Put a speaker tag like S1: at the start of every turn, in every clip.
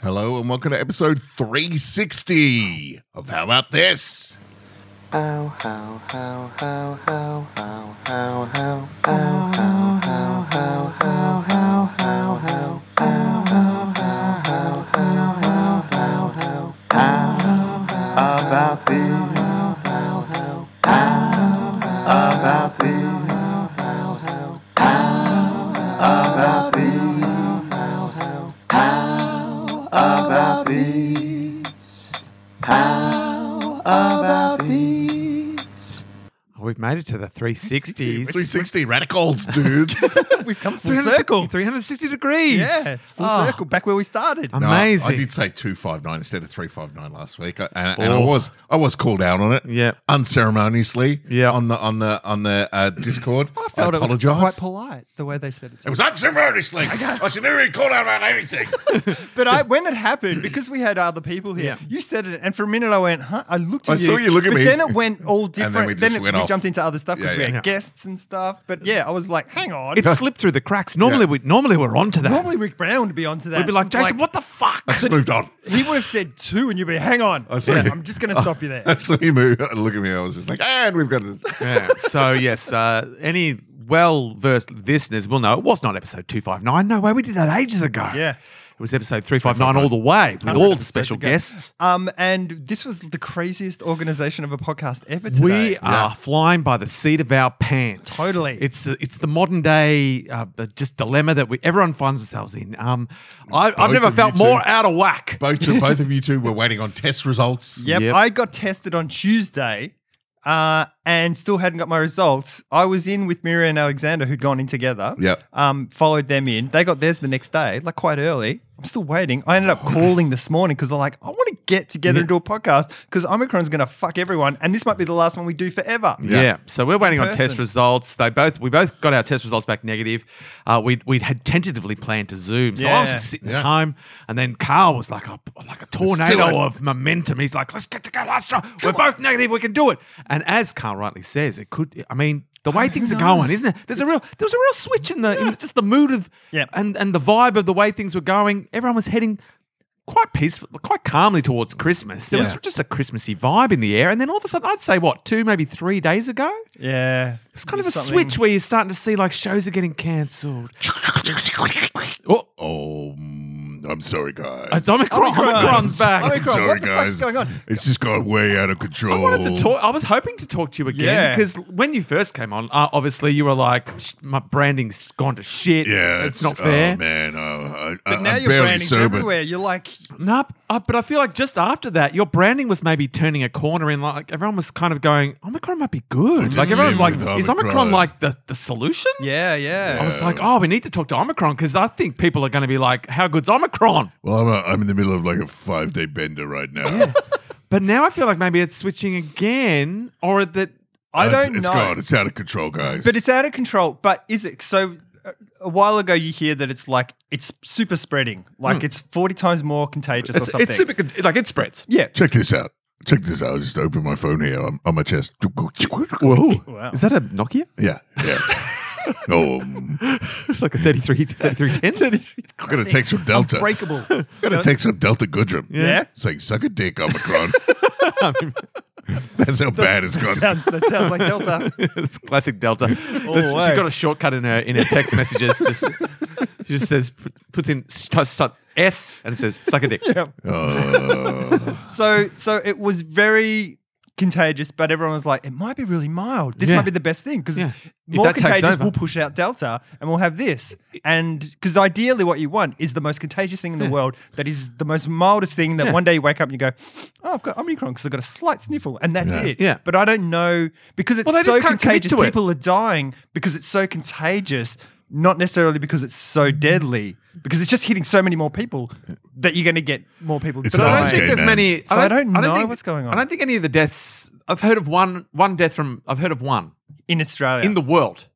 S1: Hello and welcome to episode 360 of How About This?
S2: How, how, how, how, how, how, how, how, how, how, how, how, how, how, how, how. About this, about this, about this, about this, about this.
S3: Oh, We've made it to the 360s.
S1: 360 radicals, dudes.
S4: We've come full
S3: 360
S4: circle.
S3: 360 degrees.
S4: Yeah, it's full
S3: Oh,
S4: circle. Back where we started.
S1: No,
S3: Amazing.
S1: I did say 259 instead of 359 last week. I- And, and I
S3: Oh.
S1: was I was called out on it.
S3: Yeah.
S1: Unceremoniously.
S3: Yeah.
S1: On the on the on the uh, Discord. I
S4: felt
S1: apologize.
S4: It was quite polite the way they said it.
S1: It
S4: To me.
S1: was unceremoniously. I should never be called out about anything.
S4: But I, when it happened, because we had other people here,
S3: Yeah.
S4: you said it, and for a minute I went, "Huh?" I looked. At
S1: I
S4: you,
S1: saw you look at
S4: but
S1: me.
S4: Then it went all
S1: then
S4: different.
S1: we just
S4: it-
S1: went off.
S4: jumped into other stuff because
S1: Yeah,
S4: we had
S1: yeah.
S4: guests and stuff. But yeah, I was like, "Hang on."
S3: It slipped through the cracks. Normally,
S1: Yeah.
S3: we, normally we're onto that.
S4: Normally Rick Brown would be onto that.
S3: We'd be like, Jason, what the fuck?
S1: I just moved on.
S4: He would have said two, and you'd be, "Hang on."
S1: I saw
S4: Yeah,
S1: you.
S4: I'm just going to stop you there.
S1: I saw you move. Look at me. I was just like, and we've got it.
S3: Yeah. So, yes, uh, any well versed listeners will know it was not episode 259. No way, we did that ages ago.
S4: Yeah.
S3: It was episode 359 all the way with all the special
S4: ago.
S3: guests.
S4: Um, and this was the craziest organization of a podcast ever. Today.
S3: We are flying by the seat of our pants.
S4: Totally.
S3: It's it's the modern day uh, just dilemma that we everyone finds themselves in. Um, I, I've
S1: Both
S3: never
S1: of you
S3: felt
S1: two.
S3: more out of whack.
S1: Both, to, both of you two were waiting on test results.
S4: Yep.
S3: Yep.
S4: I got tested on Tuesday uh, and still hadn't got my results. I was in with Mira and Alexander, who'd gone in together.
S1: Yep.
S4: Um, followed them in. They got theirs the next day, like quite early. I'm still waiting. I ended up calling this morning because I'm like, I want to get together and do a podcast because Omicron's going to fuck everyone. And this might be the last one we do forever.
S3: Yeah. So we're waiting on test
S4: person.
S3: results. They both we both got our test results back negative. Uh, we we had tentatively planned to Zoom. So I was
S4: Yeah.
S3: just sitting
S1: Yeah.
S3: at home, and then Carl was like a like a
S1: do
S3: tornado
S1: it.
S3: of momentum. He's like, "Let's get together. Let's try. We're both negative. We can do it." And as Carl rightly says, it could. I mean. The way things are going, isn't it? There's a real, there was a real switch in the, in just the mood of,
S4: Yeah.
S3: and and the vibe of the way things were going. Everyone was heading quite peaceful, quite calmly towards Christmas. There was
S4: Yeah.
S3: just a Christmassy vibe in the air, and then all of a sudden, I'd say what two, maybe three days ago, it
S4: Yeah.
S3: was kind of a
S4: Something-
S3: switch where you're starting to see like shows are getting cancelled.
S1: Oh, um, I'm sorry, guys.
S3: It's Uh, Omicron.
S4: Omicron.
S3: Omicron's back.
S1: I'm
S4: Omicron.
S1: sorry,
S4: what the
S1: guys.
S4: fuck's going on?
S1: It's just got way out of control.
S3: I wanted to
S1: Oh.
S3: talk. I was hoping to talk to you again
S4: Yeah.
S3: because when you first came on, uh, obviously you were like, "Shh, "My branding's gone to shit.
S1: Yeah,
S3: it's, not fair."
S1: Oh, man, I, I,
S4: But now
S1: I'm
S4: your
S1: barely
S4: branding's
S1: sober.
S4: everywhere. You're like,
S3: No, b- uh, but I feel like just after that, your branding was maybe turning a corner, and like everyone was kind of going, "Omicron might be good."
S1: just
S3: Like everyone was like,
S1: living with
S3: "Is
S1: Omicron.
S3: Omicron like the, the solution?"
S4: yeah, yeah.
S3: I was like, "Oh, we need to talk to Omicron because I think people are going to be like, how good's Omicron?"
S1: Well, I'm, i I'm in the middle of like a five day bender right now.
S3: But now I feel like maybe it's switching again, or that
S4: I
S1: It's-
S4: don't know.
S1: It's gone. It's out of control, guys.
S4: But it's out of control. But is it so? uh, A while ago, you hear that it's like it's super spreading, like it's forty times more contagious or
S3: Hmm. it's,
S4: something.
S3: it's super good. Like it spreads.
S4: yeah.
S1: check this out. Check this out. I just open my phone here on, on my chest.
S3: Whoa!
S4: Wow.
S3: Is that a Nokia?
S1: Yeah, yeah. um,
S3: like a 33, 3310?
S1: I got a text from Delta.
S4: Breakable.
S1: I got a text from Delta Goodrum.
S4: Yeah?
S1: saying suck a dick, Omicron. That's how bad it's gone.
S4: sounds that sounds like Delta.
S3: it's classic Delta. That's-
S4: the way.
S3: she got a shortcut in her in her text messages. Just, she just says puts in st- st- S and it says suck a dick.
S1: Uh,
S4: So so it was very contagious, but everyone was like, it might be really mild. This
S3: Yeah.
S4: might be the best thing because
S3: Yeah. If
S4: more
S3: that takes
S4: contagious
S3: over.
S4: will push out Delta, and we'll have this. And because ideally, what you want is the most contagious thing in the world that is the most mildest thing that
S3: Yeah.
S4: one day you wake up and you go, oh, I've got Omicron because I've got a slight sniffle, and that's
S1: Yeah.
S4: it.
S3: Yeah.
S4: But I don't know because it's
S3: Well, they
S4: so
S3: just can't commit
S4: contagious.
S3: to it.
S4: People are dying because it's so contagious. Not necessarily because it's so deadly, because it's just hitting so many more people that you're going to get more people.
S1: It's
S3: But I
S1: Right.
S3: don't think
S1: Okay,
S3: there's
S1: man.
S3: many.
S4: So I don't know what's going on.
S3: I don't think any of the deaths. I've heard of one. One death from. I've heard of one
S4: in Australia.
S3: in the world.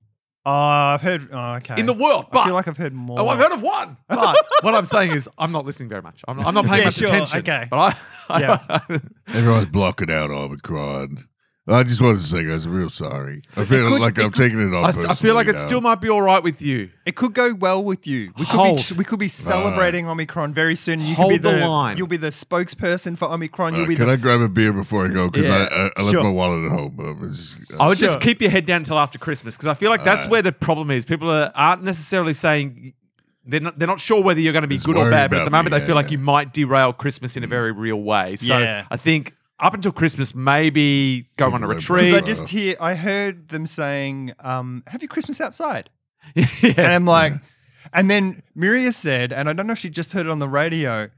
S4: oh, I've heard. Oh, okay.
S3: In the world,
S4: I
S3: but
S4: feel like I've heard more.
S3: Oh, I've heard of one. But what I'm saying is, I'm not listening very much. I'm, I'm not paying
S4: Yeah,
S3: much
S4: sure,
S3: attention.
S4: okay.
S3: But I, I
S4: Yeah.
S1: everyone's blocking out Omicron. I just wanted to say, guys, I'm real sorry. I feel
S4: could-
S1: like
S4: it
S1: I'm taking it on.
S3: I, s- I feel like
S1: personally
S3: it still might be all right with you.
S4: It could go well with you. We could
S3: Hold.
S4: be we could be celebrating Omicron very soon. You
S3: Hold
S4: could be
S3: the
S4: the,
S3: line.
S4: You'll be the spokesperson for Omicron.
S1: now.
S4: you'll
S1: Uh,
S4: be
S1: can
S4: the
S1: I grab a beer before I go? Because
S4: Yeah,
S1: I, I, I left
S4: sure.
S1: my wallet at home. Um, it's just-
S3: I would just
S4: Sure.
S3: keep your head down until after Christmas because I feel like that's
S1: Alright.
S3: where the problem is. People are, aren't necessarily saying they're not, they're not sure whether you're going to be
S1: Just
S3: good or
S1: worried
S3: bad, but at
S1: about
S3: the moment
S1: me,
S3: they feel like
S1: yeah.
S3: you might derail Christmas in a very real way. So
S4: Yeah.
S3: I think up until Christmas, maybe go on a
S1: People are-
S3: retreat.
S4: because I
S1: Wow.
S4: just hear I heard them saying, um, "Have your Christmas outside," and
S3: yeah.
S4: I'm like, and then Miria said, and I don't know if she just heard it on the radio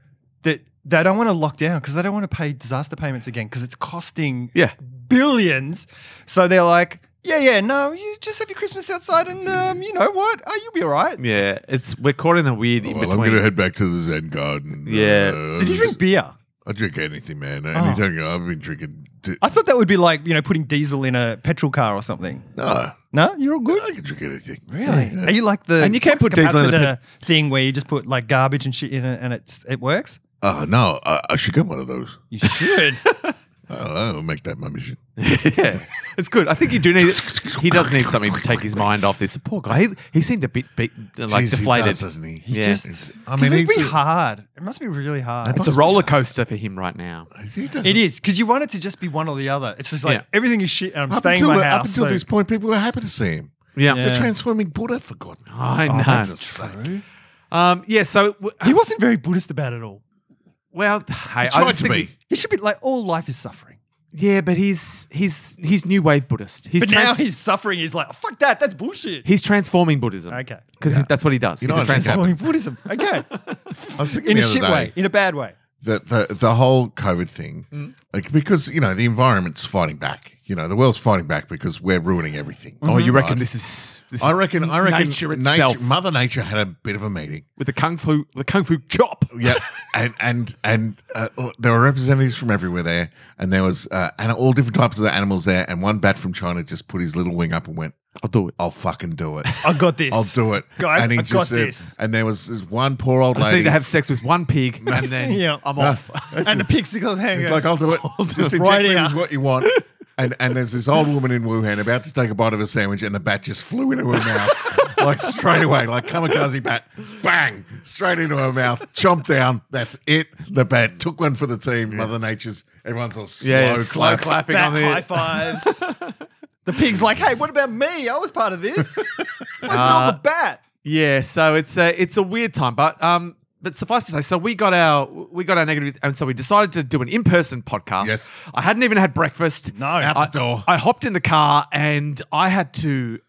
S4: that they don't want to lock down because they don't want to pay disaster payments again because it's costing
S3: Yeah.
S4: billions. So they're like, "Yeah, yeah, no, you just have your Christmas outside, and um, you know what? Oh, you'll be all right."
S3: Yeah, it's we're caught in a weird in
S1: Well, Oh, I'm
S3: between.
S1: gonna head back to the Zen garden.
S3: Yeah.
S1: Uh,
S4: So do you drink beer?
S1: I drink anything, man. Anytime you know, I've been drinking. T-
S4: I thought that would be like, you know, putting diesel in a petrol car or something.
S1: no,
S4: No, you're all good.
S1: I can drink anything.
S4: Really? Are you like the
S3: And you can't
S4: flux
S3: put diesel in a
S4: capacitor thing where you just put like garbage and shit in it and it just, it works?
S1: Oh no, I, I should get one of those.
S4: You should.
S1: Oh, I'll make that my mission.
S3: yeah, it's good. I think you do need. He does need something to take his mind off this. Poor guy. He, he seemed a bit beaten, like
S1: Jeez, he
S3: deflated.
S1: does, doesn't he?
S4: He
S3: Yeah.
S4: just
S1: I
S4: I
S1: mean,
S4: mean, it'd
S1: he's-
S4: be hard. It must be really hard.
S3: it's a roller coaster for him right now.
S1: He doesn't.
S4: It is because you want it to just be one or the other. It's just like
S3: Yeah.
S4: everything is shit and I'm
S1: Up
S4: staying
S1: until,
S4: in my
S1: the-
S4: house.
S1: up until
S4: so-
S1: this point, people were happy to see him.
S3: Yeah,
S1: It's
S4: Yeah.
S1: a transforming Buddha, for God's sake.
S3: I know.
S4: Oh, that's
S3: It's-
S4: true.
S3: um, yeah. So w-
S4: He wasn't very Buddhist about it all.
S3: well, hey, I
S1: Tried
S3: just
S1: to
S3: think,
S1: be.
S4: He should be like all life is suffering.
S3: Yeah, but he's he's he's new wave Buddhist. He's
S4: But now
S3: trans-
S4: his suffering is like, fuck that, that's bullshit.
S3: he's transforming Buddhism.
S4: Okay.
S3: because that's what he does.
S1: You know
S3: he's a
S1: what I think
S3: transform-
S4: Transforming Buddhism. Okay.
S1: I was thinking
S4: in a
S1: the other
S4: shit
S1: day,
S4: way, in a bad way.
S1: the, the the whole COVID thing, like because you know the environment's fighting back. You know the world's fighting back because we're ruining everything.
S3: Oh, you reckon
S1: Right?
S3: this is? This
S1: I
S3: is
S1: reckon. I reckon.
S3: nature itself
S1: Mother Nature had a bit of a meeting.
S3: with the kung fu the kung fu chop.
S1: Oh, Yeah, and and and uh, there were representatives from everywhere there, and there was uh, and all different types of animals there. And one bat from China just put his little wing up and went,
S3: I'll do it.
S1: "I'll fucking do it."
S4: I got this.
S1: I'll do it,
S4: Guys,
S1: And he
S4: I
S1: just
S4: got
S1: said-
S4: this.
S1: And there was this one poor old
S3: I just
S1: lady.
S3: need to have sex with one pig and then
S4: Yeah.
S3: I'm
S1: No.
S3: off.
S4: and the pig sticks out his hand.
S1: It's
S4: and
S1: like
S4: goes,
S1: I'll do it. Just inject
S4: Right
S1: me
S4: here.
S1: with what you want. And and there's this old woman in Wuhan about to take a bite of a sandwich, and the bat just flew into her mouth like straight away, like kamikaze bat, bang, straight into her mouth, chomp down. That's it. The bat took one for the team. Mother Nature's everyone's all slow,
S3: yeah, slow
S1: clap.
S3: clapping
S4: bat
S3: on the
S4: high fives. the pig's like, hey, what about me? I was part of this. Why is it
S1: Uh,
S4: all the bat?
S3: Yeah, so it's a it's a weird time, but um, but suffice to say, so we got our we got our negative, and so we decided to do an in person podcast.
S1: Yes.
S3: I hadn't even had breakfast.
S4: No.
S1: Out
S3: I,
S1: the door.
S3: I hopped in the car and I had to,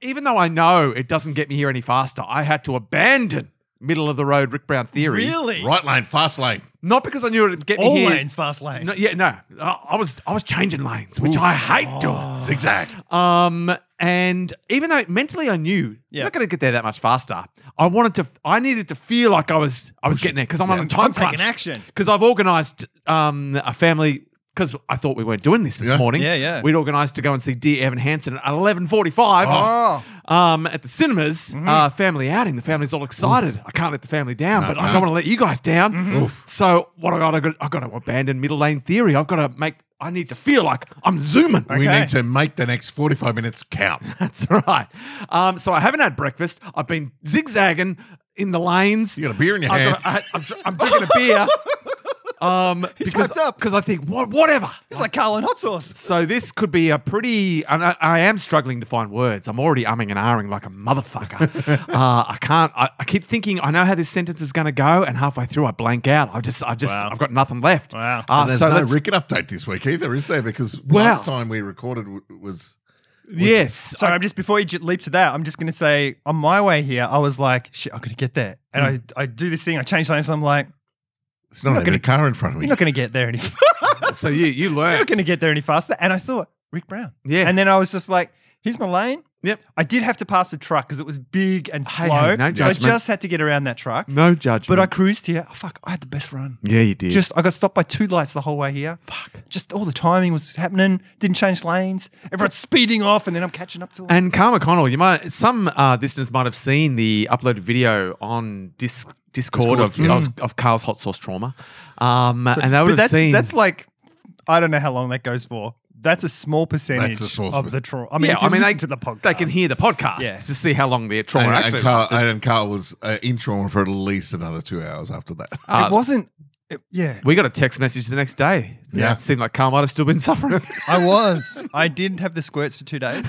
S3: even though I know it doesn't get me here any faster, I had to abandon middle of the road Rick Brown theory.
S4: Really?
S1: right lane, fast lane.
S3: Not because I knew it would get
S4: All
S3: me here.
S4: lanes, fast lane.
S3: No, yeah, no. I, I was I was changing lanes, which I hate
S4: Oh.
S3: doing.
S1: Zigzag.
S3: Um, and even though mentally I knew
S4: Yeah.
S3: I'm not going to get there that much faster, I wanted to. I needed to feel like I was. I was getting there because I'm on a time
S4: I'm
S3: crunch.
S4: taking action.
S3: Because I've organised um a family. Because I thought we weren't doing this this
S1: Yeah.
S3: morning.
S4: Yeah, yeah.
S3: We'd organised to go and see Dear Evan Hansen at 11:45.
S4: Oh. Mm-hmm.
S3: Um, at the cinemas, uh, family outing. The family's all excited. I can't let the family down, but I
S1: no.
S3: don't want to let you guys down.
S4: Mm-hmm.
S3: So what I got, I got, I got to abandon middle lane theory. I've got to make. I need to feel like I'm zooming.
S1: We
S4: Okay.
S1: need to make the next 45 minutes count.
S3: That's right. Um, so I haven't had breakfast. I've been zigzagging in the lanes.
S1: You got a beer in your
S3: I've
S1: hand.
S3: got a- I, am I'm drinking a beer. Um, because,
S4: hyped up.
S3: because I think what, whatever.
S4: It's like Carl and hot sauce.
S3: So this could be a pretty, and I, I am struggling to find words. I'm already umming and ahhing like a motherfucker. uh, I can't. I, I keep thinking I know how this sentence is going to go, and halfway through I blank out. I just, I just,
S4: Wow.
S3: I've got nothing left.
S4: Wow.
S3: Uh,
S1: And there's
S3: so
S1: no
S3: let's-
S1: Rickon update this week either, is there? Because
S3: Wow.
S1: last time we recorded w- was
S3: yes.
S4: So I'm just before you j- leap to that, I'm just gonna say on my way here, I was like, shit, I'm gonna get there, and
S1: Hmm.
S4: I, I do this thing, I change lanes, I'm like,
S1: it's not,
S4: not
S1: even
S4: gonna-
S1: a car in front of me.
S4: you're not gonna get there any, f-
S3: so you, you
S4: you're
S3: learn.
S4: not gonna get there any faster, and I thought Rick Brown,
S3: Yeah.
S4: and then I was just like, here's my lane.
S3: Yep.
S4: I did have to pass a truck because it was big and
S3: Hey, hey,
S4: slow,
S3: no
S4: so I
S3: judgment.
S4: just had to get around that truck.
S3: No judgment.
S4: But I cruised here. Oh, fuck, I had the best run.
S3: yeah, you did.
S4: Just I got stopped by two lights the whole way here. Fuck. Just all the timing was happening. Didn't change lanes. Everyone's speeding off, and then I'm catching up to. them.
S3: And Karma Connell, you might some uh, listeners might have seen the uploaded video on Dis- Discord, of, of of Carl's hot sauce trauma, um, and they would
S4: Mm. but
S3: have
S4: that's
S3: seen
S4: that's like I don't know how long that goes for. that's a small percentage
S1: That's a small
S4: of
S1: per-
S4: the trauma. I mean, if you listen to the podcast,
S3: They can hear the podcast
S4: Yeah.
S3: to see how long the trauma
S1: And, and,
S3: actually
S1: Carl,
S3: lasted.
S1: and Carl was uh, in trauma for at least another two hours after that.
S3: Uh,
S4: it wasn't. It, yeah,
S3: we got a text message the next day.
S1: Yeah.
S3: It seemed like Carl might have still been suffering.
S4: I was. I did have the squirts for two days.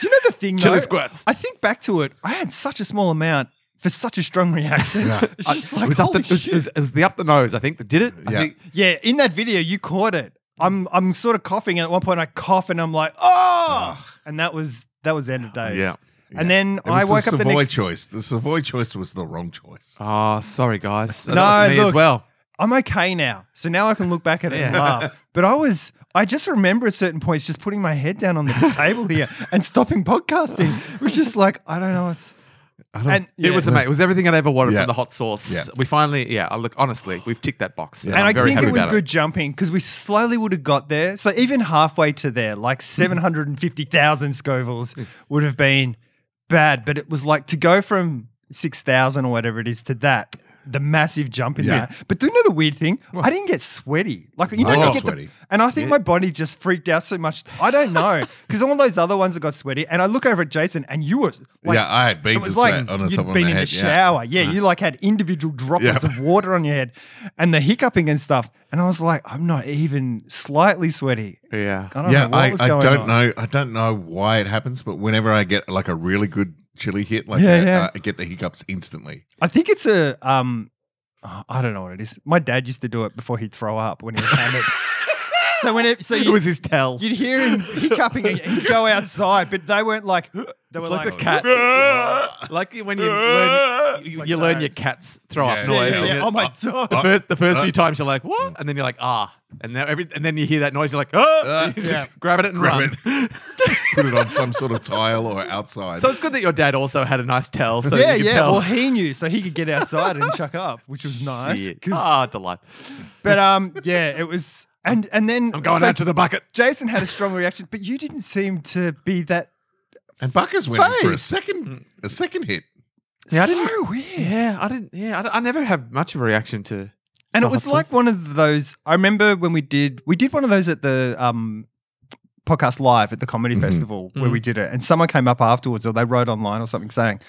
S4: Do you know the thing?
S3: Chili
S4: though?
S3: squirts.
S4: I think back to it. I had such a small amount for such a strong reaction. It's just like
S3: it, was up the,
S4: holy
S3: it, was,
S4: shit.
S3: it, was, it was the up the nose, I think, that did it. I
S1: Yeah.
S3: think
S4: Yeah, in that video, you caught it. I'm I'm sort of coughing, and at one point I cough, and I'm like, oh,
S3: Ah.
S4: and that was that was the end of days.
S1: Yeah. Yeah.
S4: and then
S1: It
S4: I
S1: was
S4: woke
S1: the
S4: up the
S1: Savoy
S4: next.
S1: choice. The Savoy choice was the wrong choice.
S3: Oh, sorry, guys. That
S4: No,
S3: was me as
S4: look.
S3: well.
S4: I'm okay now, so now I can look back at it and
S3: Yeah.
S4: laugh. But I was I just remember at certain points just putting my head down on the table here and stopping podcasting. It was just like I don't know what's.
S1: I don't,
S4: And
S3: It
S4: yeah.
S3: was amazing. It was everything I'd ever wanted
S1: Yeah.
S3: from the hot sauce.
S1: Yeah.
S3: We finally, yeah, I look, honestly, we've ticked that box.
S1: Yeah.
S4: And
S3: I'm
S4: I
S3: very
S4: think
S3: happy
S4: it was
S3: about
S4: good jumping because we slowly would have got there. So even halfway to there,
S3: Hmm.
S4: like 750,000 Scovilles would have been bad. But it was like to go from 6,000 or whatever it is to that, the massive jump in
S1: Yeah.
S4: there. But do you know the weird thing? I didn't get sweaty. Like, you know,
S1: I
S4: you
S1: got
S4: get the-
S1: sweaty.
S4: and I think my body just freaked out so much. I don't know. Because all those other ones that got sweaty. And I look over at Jason and you were like,
S1: yeah, I had
S4: it
S1: beans
S4: was
S1: like
S4: like
S1: on the
S4: you'd
S1: top of my
S4: been in the
S1: head. yeah.
S4: shower. Yeah, you like had individual droplets
S1: Yeah.
S4: of water on your head and the hiccuping and stuff. And I was like, I'm not even slightly sweaty.
S3: it. Yeah.
S4: I don't
S1: yeah,
S4: know what
S1: I,
S4: was
S1: I
S4: going
S1: don't
S4: on.
S1: know. I don't know why it happens, but whenever I get like a really good chili hit, like
S4: Yeah,
S1: that,
S4: yeah.
S1: I get the hiccups instantly.
S4: I think it's a um oh, I don't know what it is. My dad used to do it before he'd throw up when he was hammered. so when it so
S3: It
S4: you
S3: was his tell.
S4: you'd hear him hiccuping and he'd go outside, but they weren't like they were
S3: It's like,
S4: like,
S3: the cat. like when you learn, you,
S4: Like
S3: you
S4: that.
S3: learn your cats throw
S1: Yeah,
S3: up
S4: Yeah,
S3: noise.
S4: yeah, yeah.
S1: Yeah.
S4: Oh my god.
S3: The first, the first
S1: Uh,
S3: few times you're like, what? And then you're like, ah. And now every, and then you hear that noise, you're like, ah.
S1: Uh,
S3: you just
S4: yeah.
S3: grab at it and
S1: Grab
S3: run.
S1: Put it on some sort of tile or outside.
S3: so it's good that your dad also had a nice tell. So
S4: yeah,
S3: you could
S4: yeah.
S3: Tell.
S4: Well, he knew, so he could get outside and chuck up, which was nice.
S3: Shit.
S4: 'cause-
S3: Ah, delight.
S4: But um, yeah, it was, and and then
S3: I'm going
S4: so
S3: out to the bucket.
S4: Jason had a strong reaction, but you didn't seem to be that.
S1: and Buckers went in for a
S4: Face.
S1: second,
S4: Mm.
S1: a second hit.
S3: Yeah, I
S4: so weird.
S3: Yeah, I didn't. Yeah, I, d- I never have much of a reaction to.
S4: And it
S3: Oh,
S4: was
S3: that's
S4: like one of those. I remember when we did we did one of those at the um podcast live at the comedy
S3: Mm-hmm.
S4: festival where
S3: Mm.
S4: we did it, and someone came up afterwards, or they wrote online or something saying.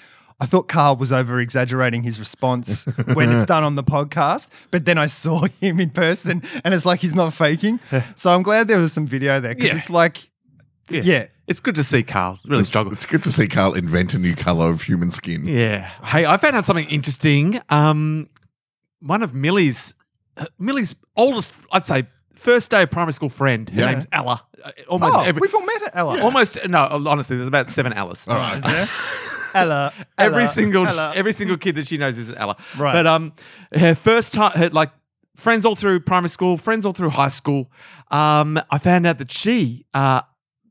S4: I thought Carl was over exaggerating his response when it's done on the podcast, but then I saw him in person and it's like he's not faking. So I'm glad there was some video there because
S3: Yeah.
S4: it's like, yeah.
S3: It's good to see Carl really
S1: It's,
S3: struggle.
S1: it's good to see Carl invent a new color of human skin.
S3: Yeah. Hey, I found out something interesting. Um, one of Millie's uh, Millie's oldest, I'd say, first day of primary school friend. Her
S1: Yeah.
S3: name's Ella. Uh, Almost
S4: Oh,
S3: every.
S4: we've all met Ella.
S3: Almost no. uh, Honestly, there's about seven Ellas.
S1: All right.
S4: Is there? Ella,
S3: every
S4: Ella,
S3: single
S4: Ella.
S3: every single kid that she knows is Ella.
S4: Right.
S3: But um, her first time, her like friends all through primary school, friends all through high school. Um, I found out that she uh,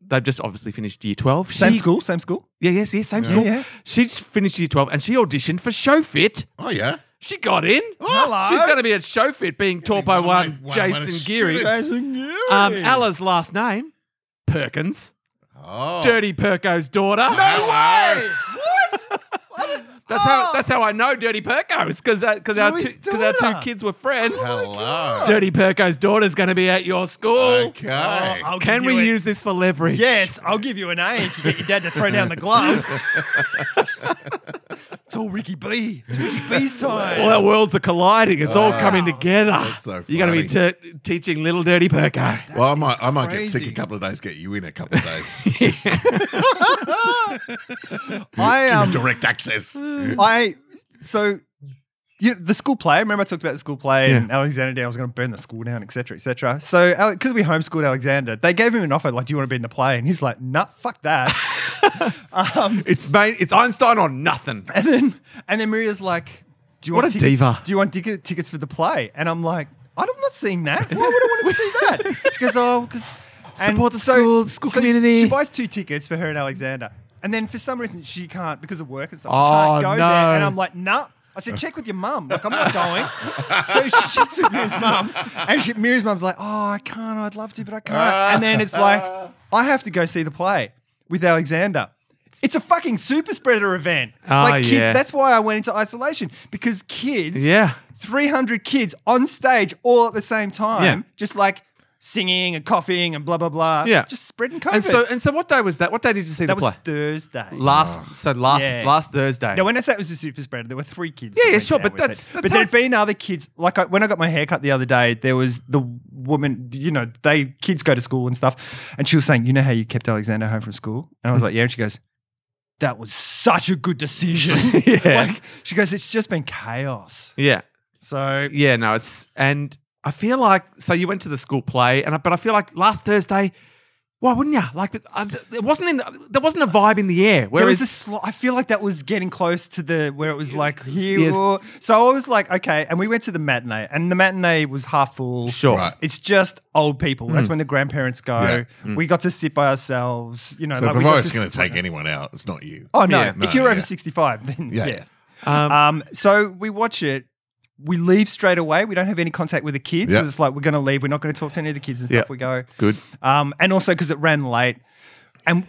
S3: they've just obviously finished year twelve.
S4: same
S3: She-
S4: school, same school.
S3: Yeah, yes, yes, same school.
S4: yeah.
S3: She just finished year twelve, and she auditioned for Showfit.
S1: Oh yeah.
S3: She got in.
S4: Hello.
S3: She's going to be at Showfit being taught
S1: one
S3: by
S1: of my-
S3: one,
S1: one of my
S3: Jason Geary.
S1: students.
S3: Um, Ella's last name, Perkins.
S1: Oh.
S3: Dirty Perko's daughter.
S1: way.
S4: what?
S3: That's how that's how I know Dirty Perko's because because our
S4: Through his
S3: because our two
S4: daughter.
S3: kids were friends.
S1: Hello.
S3: Dirty Perko's daughter's going to be at your school.
S1: Okay.
S4: Oh, I'll
S3: Can
S4: give
S3: we
S4: you a-
S3: use this for leverage?
S4: Yes, I'll give you an A if you get your dad to throw down the gloves. it's all Ricky B. It's Ricky B's time.
S3: All our worlds are colliding. It's all coming together.
S1: so
S3: You're going to be
S1: funny.
S3: ter- teaching little Dirty Perko.
S1: well, I might, I might get sick
S4: crazy.
S1: a couple of days. Get you in a couple of days.
S4: I um,
S1: Direct access.
S4: I so you the school play. Remember, I talked about the school play and Alexander. Down, I was going to burn the school down, etc., etc. So because we homeschooled Alexander, they gave him an offer like, "Do you want to be in the play?" And he's like, "Nah, fuck that." um,
S3: It's main, It's Einstein or nothing.
S4: and then and then Maria's like, "Do you
S3: What
S4: want
S3: a
S4: tickets?
S3: diva.
S4: Do you want ticket, tickets for the play?" And I'm like, "I'm not seeing that. Why would I want to see that?" She goes, "Oh, because."
S3: Support the school, school community.
S4: She buys two tickets for her and Alexander. And then for some reason she can't because of work and stuff.
S3: Oh,
S4: she can't go
S3: no.
S4: there. And I'm like, nah. I said, check with your mum. Like, I'm not going. so she checks with Mira's mum. And she, Mira's mum's like, oh, I can't. I'd love to, but I can't. And then it's like, I have to go see the play with Alexander. It's a fucking super spreader event.
S3: Ah,
S4: like kids,
S3: yeah.
S4: that's why I went into isolation because kids,
S3: Yeah.
S4: 300 kids on stage all at the same time,
S3: Yeah.
S4: just like singing and coughing and blah blah blah.
S3: Yeah.
S4: just spreading COVID.
S3: And so, and so, what day was that? What day did you see
S4: that
S3: the
S4: was
S3: play?
S4: Thursday.
S3: last, so last,
S4: Yeah.
S3: last Thursday.
S4: Now, when I say it was a super spreader, there were three kids.
S3: Yeah,
S4: that
S3: yeah,
S4: went
S3: sure,
S4: down
S3: but
S4: with it.
S3: that's- that's
S4: but
S3: how
S4: there'd
S3: it's-
S4: been other kids. Like I, when I got my hair cut the other day, there was the woman. You know, they kids go to school and stuff, and she was saying, "You know how you kept Alexander home from school?" And I
S3: Mm.
S4: was like, "Yeah." And she goes, "That was such a good decision."
S3: Yeah.
S4: Like she goes, "It's just been chaos."
S3: yeah,
S4: So
S3: yeah, no, it's and I feel like so you went to the school play, and I, but I feel like last Thursday, why wouldn't you? Like, I, it wasn't in the, there wasn't a vibe in the air.
S4: There
S3: Whereas
S4: was a sli- I feel like that was getting close to the where it was like here.
S3: Yes.
S4: or- So I was like, okay. And we went to the matinee, and the matinee was half full.
S3: sure,
S1: Right.
S4: It's just old people. That's when the grandparents go.
S1: Hmm. Yeah. Hmm.
S4: We got to sit by ourselves. You know,
S1: So
S4: like
S1: if a
S4: we got
S1: virus
S4: to
S1: is going
S4: sit-
S1: to take anyone out, it's not you.
S4: Oh no!
S3: Yeah.
S4: if
S1: No,
S4: you're over
S1: yeah.
S4: sixty-five, then
S1: Yeah,
S4: yeah.
S1: yeah.
S3: um,
S4: Um, so we watch it. We leave straight away. We don't have any contact with the kids
S1: Yeah.
S4: because it's like we're going to leave. We're not going to talk to any of the kids and
S3: Yeah.
S4: stuff. We go.
S1: Good.
S4: Um, and also because it ran late. And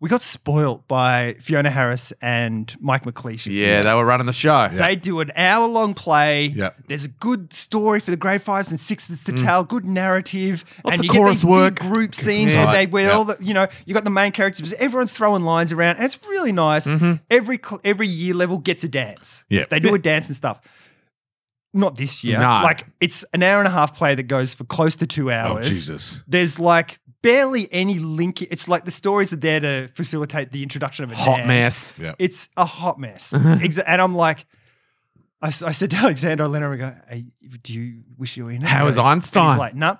S4: we got spoilt by Fiona Harris and Mike McLeish.
S3: yeah, they were running the show.
S4: They do an hour long play.
S1: Yeah.
S4: There's a good story for the grade fives and sixes to tell, good narrative.
S3: Lots
S4: and
S3: of
S4: you get these
S3: chorus work.
S4: big group scenes
S1: Yeah.
S4: where they where
S1: Yeah.
S4: all the you know, you got the main characters, everyone's throwing lines around, and it's really nice. Every cl- every year level gets a dance.
S1: Yeah.
S4: They do a dance and stuff. Not this year.
S3: No.
S4: Like it's an hour and a half play that goes for close to two
S1: Oh,
S4: hours
S1: Jesus.
S4: there's like barely any link. It's like the stories are there to facilitate the introduction of a
S3: Hot
S4: dance.
S3: mess. Uh-huh.
S1: Yep.
S4: It's a hot mess. Exa- and I'm like, I, s- I said to Alexander, I let her go, hey, do you wish you were in it?
S3: How
S4: And
S3: was
S4: he's-
S3: Einstein?
S4: He's like, nah.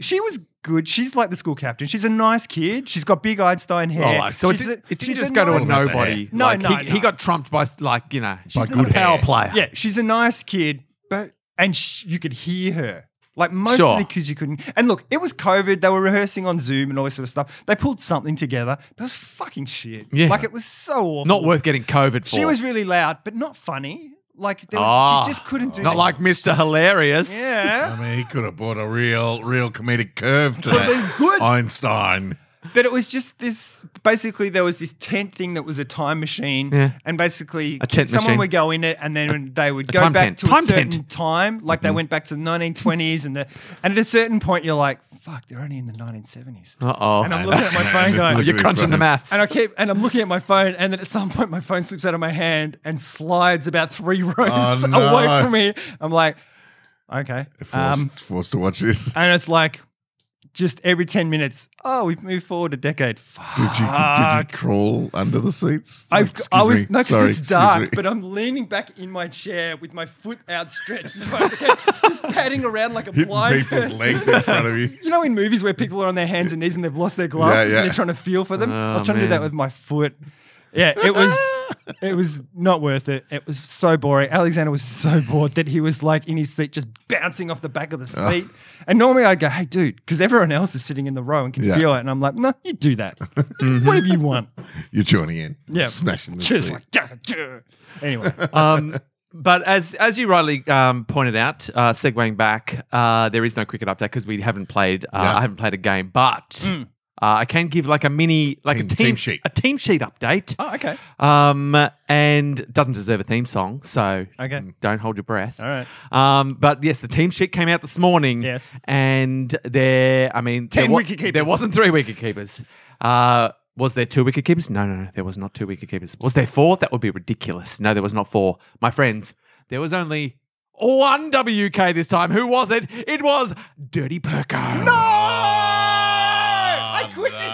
S4: She was good. She's like the school captain. She's a nice kid. She's got big Einstein
S3: Oh,
S4: hair.
S3: so it,
S4: She's
S3: did,
S4: a-
S3: it didn't
S4: she's
S3: just go to a
S4: nice-
S1: no-
S3: nobody.
S4: No,
S3: like,
S4: no,
S3: he, he
S4: no.
S3: got trumped by like you know
S1: By
S4: She's
S1: good
S3: a power
S1: hair.
S3: player.
S4: Yeah, she's a nice kid, but and sh- you could hear her. Like most
S3: Sure.
S4: of the kids, you couldn't. And look, it was COVID. They were rehearsing on Zoom and all this sort of stuff. They pulled something together. But it was fucking shit.
S3: Yeah.
S4: like it was so awful.
S3: Not worth getting COVID for.
S4: She was really loud, but not funny. Like there was,
S3: Ah.
S4: she just couldn't do.
S3: not
S4: that.
S3: like Mr. Hilarious.
S1: I
S4: Yeah,
S1: mean, he could have brought a real, real comedic curve to
S4: Well, they
S1: that.
S4: could.
S1: Einstein.
S4: but it was just this. Basically, there was this tent thing that was a time machine,
S3: Yeah.
S4: and basically,
S3: A tent
S4: someone
S3: machine.
S4: would go in it, and then they would
S3: a
S4: go
S3: time
S4: back
S3: tent.
S4: to
S3: Time
S4: a certain
S3: tent. Mm-hmm.
S4: time. Like they went back to the 1920s, and the and at a certain point, you're like, "Fuck, they're only in the 1970s."
S3: Uh oh.
S4: And I'm looking at my phone going,
S3: You're crunching the maths.
S4: and I keep and I'm looking at my phone, and then at some point, my phone slips out of my hand and slides about three rows
S1: Oh, no.
S4: away from me. I'm like, "Okay," um,
S1: Forced, forced to watch this.
S4: and it's like. Just every ten minutes, oh, we've moved forward a decade. Fuck.
S1: Did you, did you crawl under the seats?
S4: Ah. I've,
S1: Excuse
S4: I was
S1: me.
S4: no, 'cause
S1: Sorry,
S4: it's
S1: excuse me.
S4: dark, but I'm leaning back in my chair with my foot outstretched as far as I can, just padding around like a
S1: hitting
S4: blind
S1: people's
S4: person.
S1: legs in front of you.
S4: You know, in movies where people are on their hands and knees and they've lost their glasses
S1: yeah.
S4: and they're trying to feel for them. I
S3: Oh,
S4: was trying to
S3: man.
S4: do that with my foot. Yeah, it was it was not worth it. It was so boring. Alexander was so bored that he was like in his seat, just bouncing off the back of the
S1: Oh.
S4: seat. And normally I go, "Hey, dude," because everyone else is sitting in the row and can
S1: Yeah.
S4: feel it, and I'm like, "No, you do that. Whatever you want."
S1: You're joining in.
S4: Yeah.
S1: Smashing the
S4: Just
S1: seat.
S4: like, "Duh, duh." anyway.
S3: um, but as as you rightly um, pointed out, uh, segueing back, uh, there is no cricket update because we haven't played. Uh,
S1: Yeah.
S3: I haven't played a game, but uh, I can give like a mini, like
S1: Team-
S3: a team,
S1: team sheet.
S3: a team sheet update.
S4: Oh, okay.
S3: Um, and it doesn't deserve a theme song, so
S4: Okay.
S3: don't hold your breath.
S4: All right.
S3: Um, but yes, the team sheet came out this morning.
S4: Yes.
S3: and there, I mean,
S4: Ten
S3: there wa-
S4: wicketkeepers.
S3: There wasn't three wicket keepers. Uh, was there two wicket keepers? No, no, no. There was not two wicket keepers. Was there four? That would be ridiculous. No, there was not four. My friends, there was only one WK this time. Who was it? It was Dirty Perko.
S1: Oh!
S4: I quit this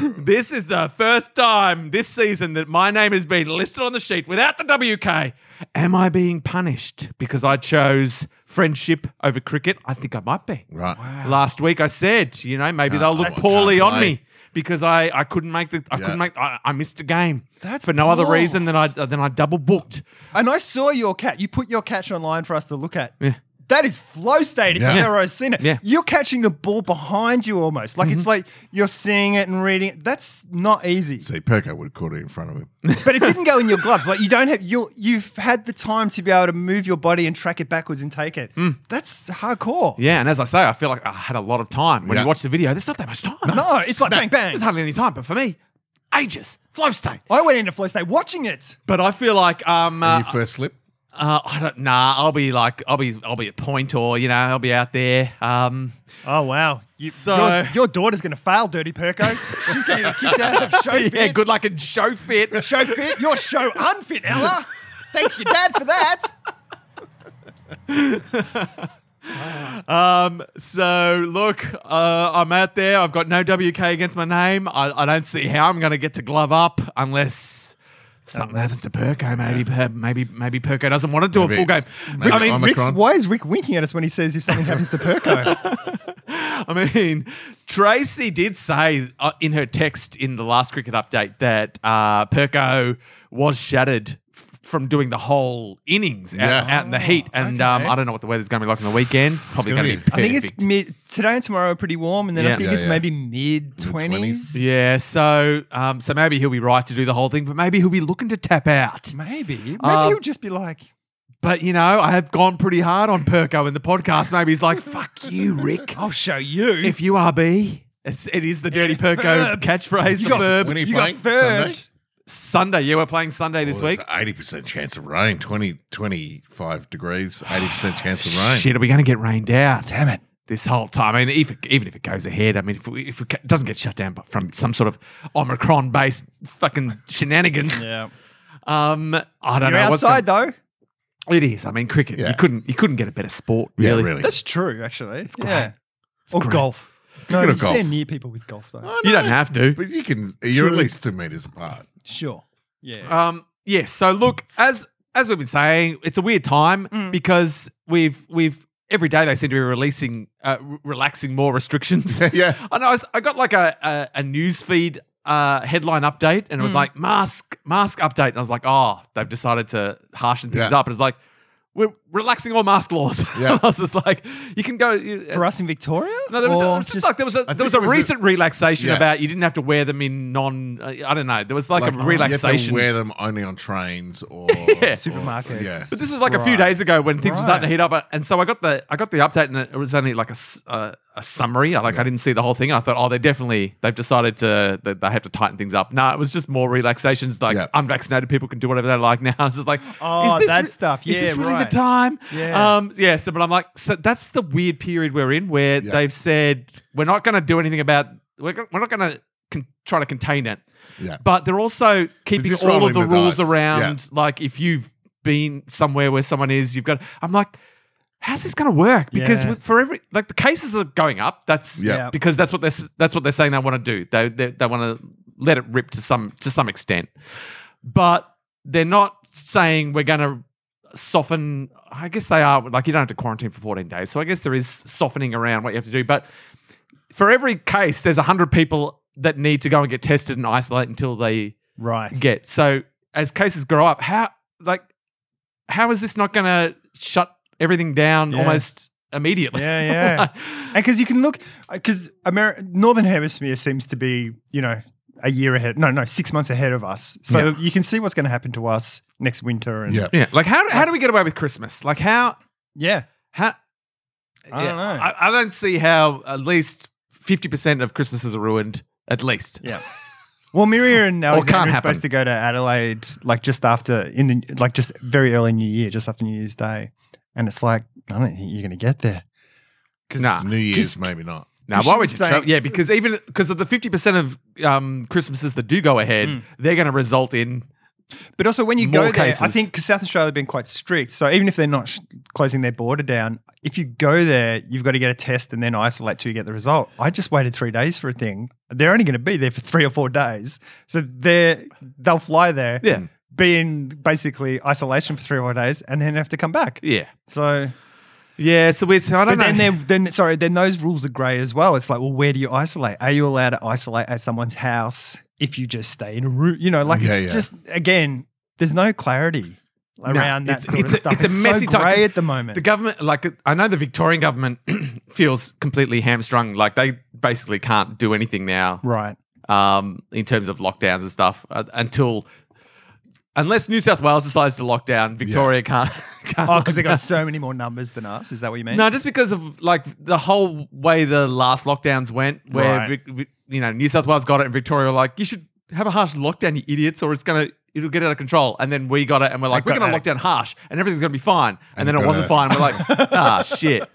S4: podcast.
S3: This is the first time this season that my name has been listed on the sheet without the WK. Am I being punished because I chose friendship over cricket? I think I might be.
S1: Right.
S3: Last week I said, you know, maybe they'll look
S1: That's-
S3: poorly
S1: can't
S3: on
S1: play.
S3: me because I, I couldn't make the I
S1: Yeah.
S3: couldn't make I, I missed a game.
S4: That's
S3: for no other
S4: bold.
S3: reason than I than I double booked.
S4: And I saw your catch. You put your catch online for us to look at.
S3: Yeah.
S4: That is flow state if
S1: Yeah.
S4: you've ever seen it.
S3: Yeah. Mm-hmm.
S4: You're catching the ball behind you almost. Like it's like you're seeing it and reading it. That's not easy.
S1: See, Perko would have caught it in front of him.
S4: but it didn't go in your gloves. Like you don't have you you've had the time to be able to move your body and track it backwards and take it. That's hardcore.
S3: Mm. Yeah, and as I say, I feel like I had a lot of time. When
S1: Yeah.
S3: you watch the video, there's not that much time.
S4: No, it's like bang bang.
S3: There's hardly any time, but for me, ages. Flow state.
S4: I went into flow state watching it.
S3: But I feel like um, uh,
S1: Your first slip?
S3: Uh, I don't. Nah, I'll be like, I'll be, I'll be at point, or you know, I'll be out there. Um,
S4: Oh wow! You,
S3: So-
S4: your, your daughter's going to fail, Dirty Perko. She's going to get kicked out of show
S3: yeah,
S4: fit.
S3: good luck in show fit.
S4: Show fit. You're show unfit, Ella. Thank your dad for that.
S3: Um, so look, uh, I'm out there. I've got no WK against my name. I, I don't see how I'm going to get to glove up unless. Something happens to Perko. Maybe, per- maybe, maybe Perko doesn't want to do
S1: Maybe-
S3: a full game.
S1: maybe
S3: I mean,
S1: Simon-
S4: Rick's,
S1: Omicron.
S4: why is Rick winking at us when he says if something happens to Perko?
S3: I mean, Tracy did say uh, in her text in the last cricket update that uh, Perko was shattered f- from doing the whole innings out,
S1: Yeah.
S3: out in the heat. And um,
S4: okay.
S3: I don't know what the weather's going to be like on the weekend. Probably
S1: gonna
S3: going to be.
S1: be-
S3: Perfect.
S4: I think it's mid today and tomorrow are pretty warm, and then
S3: Yeah.
S4: I think
S1: Yeah,
S4: it's
S1: yeah.
S4: maybe mid twenties.
S3: yeah. So, um, so maybe he'll be right to do the whole thing, but maybe he'll be looking to tap out.
S4: maybe. Maybe
S3: Um,
S4: he'll just be like,
S3: But you know, I have gone pretty hard on Perko in the podcast. Maybe he's like, "Fuck you, Rick.
S4: "I'll show you."
S3: If you RB." It's, it is the dirty Perko
S4: verb.
S3: catchphrase.
S4: you
S3: the
S4: got,
S3: verb.
S1: When are you
S4: you got
S1: playing?
S4: third.
S1: Sunday?
S3: Sunday. Yeah, we're playing Sunday this week.
S1: Eighty percent chance of rain. 20, 25 degrees. Eighty percent chance of rain.
S3: Shit, are we going to get rained out?
S4: Damn it.
S3: This whole time, I mean, even, even if it goes ahead, I mean, if, we, if it ca- doesn't get shut down by- from some sort of Omicron-based fucking shenanigans,
S4: Yeah.
S3: um, I don't
S4: You're
S3: know. what's
S4: outside though.
S3: gonna- it is. I mean, cricket.
S1: Yeah.
S3: You couldn't. You couldn't get a better sport,
S1: Yeah,
S3: really.
S1: really.
S4: That's true, actually. It's
S3: great.
S4: Yeah. or
S3: great.
S4: golf. No,
S1: at
S4: you stay
S1: golf.
S4: near people with golf though.
S1: I
S3: You
S1: know,
S3: don't have to.
S1: But you can. You're at
S4: True.
S1: least two meters apart.
S4: Sure. Yeah.
S3: Um, yes. so look, as as we've been saying, it's a weird time
S4: Mm.
S3: because we've we've every day they seem to be releasing, uh, r- relaxing more restrictions.
S1: yeah.
S3: I know. I, was- I got like a a, a newsfeed uh, headline update, and it was
S4: Mm.
S3: like mask mask update, and I was like, oh, they've decided to harshen things
S1: Yeah.
S3: up. And it's like we're relaxing all mask laws.
S1: Yeah.
S3: I was just like, you can go. You, uh,
S4: For us in Victoria?
S3: no, there was, a, it
S4: Or
S3: was just, like there was a there
S1: think
S3: was a
S1: it was a-
S3: recent relaxation
S1: Yeah.
S3: about you didn't have to wear them in non. uh, I don't know. There was like, a
S1: you have to
S3: relaxation.
S1: wear them only on trains or or-
S4: Supermarkets.
S1: yeah.
S3: But this was like a few
S4: Right.
S3: days ago when things were starting to heat
S4: Right.
S3: up, uh, and so I got the I got the update, and it was only like a, s- uh, a summary. I, Like I didn't see the whole thing. I thought, oh, they definitely they've decided to that they have to tighten things up. No, it was just more relaxations. Like
S1: Yeah.
S3: unvaccinated people can do whatever they like now. It's just like,
S4: Oh,
S3: is this
S4: that
S3: re-
S4: stuff.
S3: is this
S4: Yeah,
S3: really
S4: right.
S3: the time?
S4: Yeah.
S3: um, yeah. So, but I'm like, so that's the weird period we're in where
S1: Yeah.
S3: they've said we're not going to do anything about we're go- we're not going to con- try to contain it
S1: Yeah.
S3: but they're also keeping
S1: just
S3: all of
S1: rolling
S3: the,
S1: the
S3: rules
S1: dice.
S3: around. Like if you've been somewhere where someone is, you've got. I'm like, how's this going to work? Because
S4: Yeah.
S3: with for every like the cases are going up. That's
S1: Yeah.
S4: Yeah.
S3: because that's what they're s- that's what they're saying they want to do. They they, they want to let it rip to some to some extent, but they're not saying we're going to soften. I guess they are like you don't have to quarantine for 14 days, so I guess there is softening around what you have to do. But for every case, there's 100 people that need to go and get tested and isolate until they
S4: Right.
S3: get. So as cases grow up, how like how is this not going to shut everything down
S4: Yeah.
S3: almost immediately?
S4: Yeah, yeah. And because you can look, because Ameri- Northern Hemisphere seems to be, you know, a year ahead. No, no, six months ahead of us. So
S3: Yeah.
S4: you can see what's going to happen to us next winter. And
S1: Yeah.
S3: yeah, like how how do we get away with Christmas? Like how
S4: yeah.
S3: how
S4: I don't know.
S3: I, I don't see how at least fifty percent of Christmases are ruined. At least,
S4: Yeah. Well, Miria and
S3: Or it can't
S4: Alexander are
S3: happen.
S4: supposed to go to Adelaide like just after in the like just very early New Year, just after New Year's Day, and it's like I don't think you're going to get there. 'Cause-
S3: Nah.
S1: New Year's,
S4: Just-
S1: maybe not.
S3: Now,
S4: Because
S3: why
S4: she
S3: would
S4: was
S3: you?
S4: saying-
S3: travel? yeah, because even because of the fifty percent of um, Christmases that do go ahead,
S4: Mm.
S3: they're going to result in
S4: But also when you
S3: More
S4: go there, I
S3: cases.
S4: think because South Australia have been quite strict, so even if they're not sh- closing their border down, if you go there, you've got to get a test and then isolate till you get the result. I just waited three days for a thing. They're only going to be there for three or four days, so they they'll fly there,
S3: yeah,
S4: be in basically isolation for three or four days, and then have to come back.
S3: yeah,
S4: So
S3: yeah. So we're so I don't
S4: But then,
S3: know.
S4: they're- then, sorry, then those rules are grey as well. It's like, well, where do you isolate? Are you allowed to isolate at someone's house if you just stay in a room? You know, like
S1: Yeah,
S4: it's
S1: yeah.
S4: just again, there's no clarity around that
S3: it's-
S4: sort
S3: it's
S4: of
S3: a-
S4: stuff.
S3: it's a messy
S4: so
S3: time.
S4: grey at the moment.
S3: The government, like I know the Victorian government feels completely hamstrung. Like they basically can't do anything now
S4: right.
S3: um, in terms of lockdowns and stuff uh, until unless New South Wales decides to lock down. Victoria can't. can't
S4: Oh, because they
S3: lock
S4: got
S3: down.
S4: so many more numbers than us. Is that what you mean?
S3: No, just because of like the whole way the last lockdowns went, where
S4: Right.
S3: Vic- Vic- you know New South Wales got it and Victoria were like, you should have a harsh lockdown, you idiots, or it's gonna it'll get out of control. And then we got it, and we're like, we're
S4: got
S3: going to
S4: out
S3: lock down harsh, and everything's going to be fine.
S1: And
S3: And, then it
S1: got
S3: wasn't
S1: out.
S3: fine. We're like, ah, shit.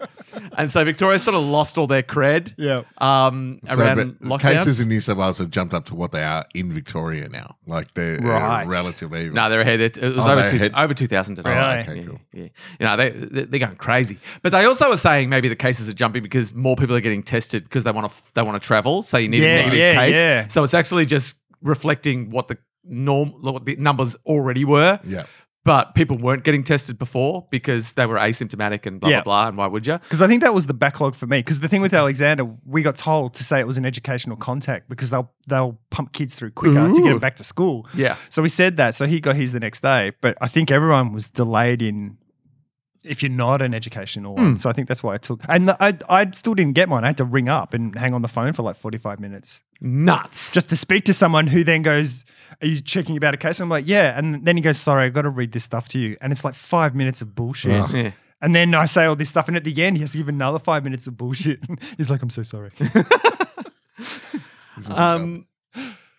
S3: And so Victoria sort of lost all their cred.
S4: Yeah.
S3: Um,
S1: So,
S3: around
S1: but
S3: lockdowns.
S1: cases in New South Wales have jumped up to what they are in Victoria now. Like they're
S4: Right.
S1: uh, relatively. even.
S3: No, they're ahead. It it was
S1: Oh,
S3: over
S1: they're
S3: two,
S1: ahead.
S3: over two thousand today.
S4: Oh,
S1: Really?
S3: Yeah,
S1: Okay, cool.
S3: yeah. You know, they they- they're going crazy. But they also are saying maybe the cases are jumping because more people are getting tested because they want to they want to travel. So you need
S4: Yeah,
S3: a negative
S4: yeah,
S3: case.
S4: yeah.
S3: So it's actually just reflecting what the norm what the numbers already were.
S1: Yeah.
S3: But people weren't getting tested before because they were asymptomatic and blah
S4: Yeah.
S3: blah blah. And why would you?
S4: Because I think that was the backlog for me. Because the thing with Alexander, we got told to say it was an educational contact because they'll they'll pump kids through quicker to get
S3: Ooh.
S4: them back to school.
S3: Yeah.
S4: So we said that. So he got his the next day. But I think everyone was delayed in if you're not an educational one. So I think that's why it took. And the, I I still didn't get mine. I had to ring up and hang on the phone for like 45 minutes
S3: Nuts.
S4: just to speak to someone who then goes, "Are you checking about a case?" I'm like, "Yeah," and then he goes, "Sorry, I got to read this stuff to you," and it's like five minutes of bullshit.
S1: Ugh.
S3: Yeah.
S4: And then I say all this stuff, and at the end, he has to give another five minutes of bullshit. He's like, "I'm so sorry."
S3: um,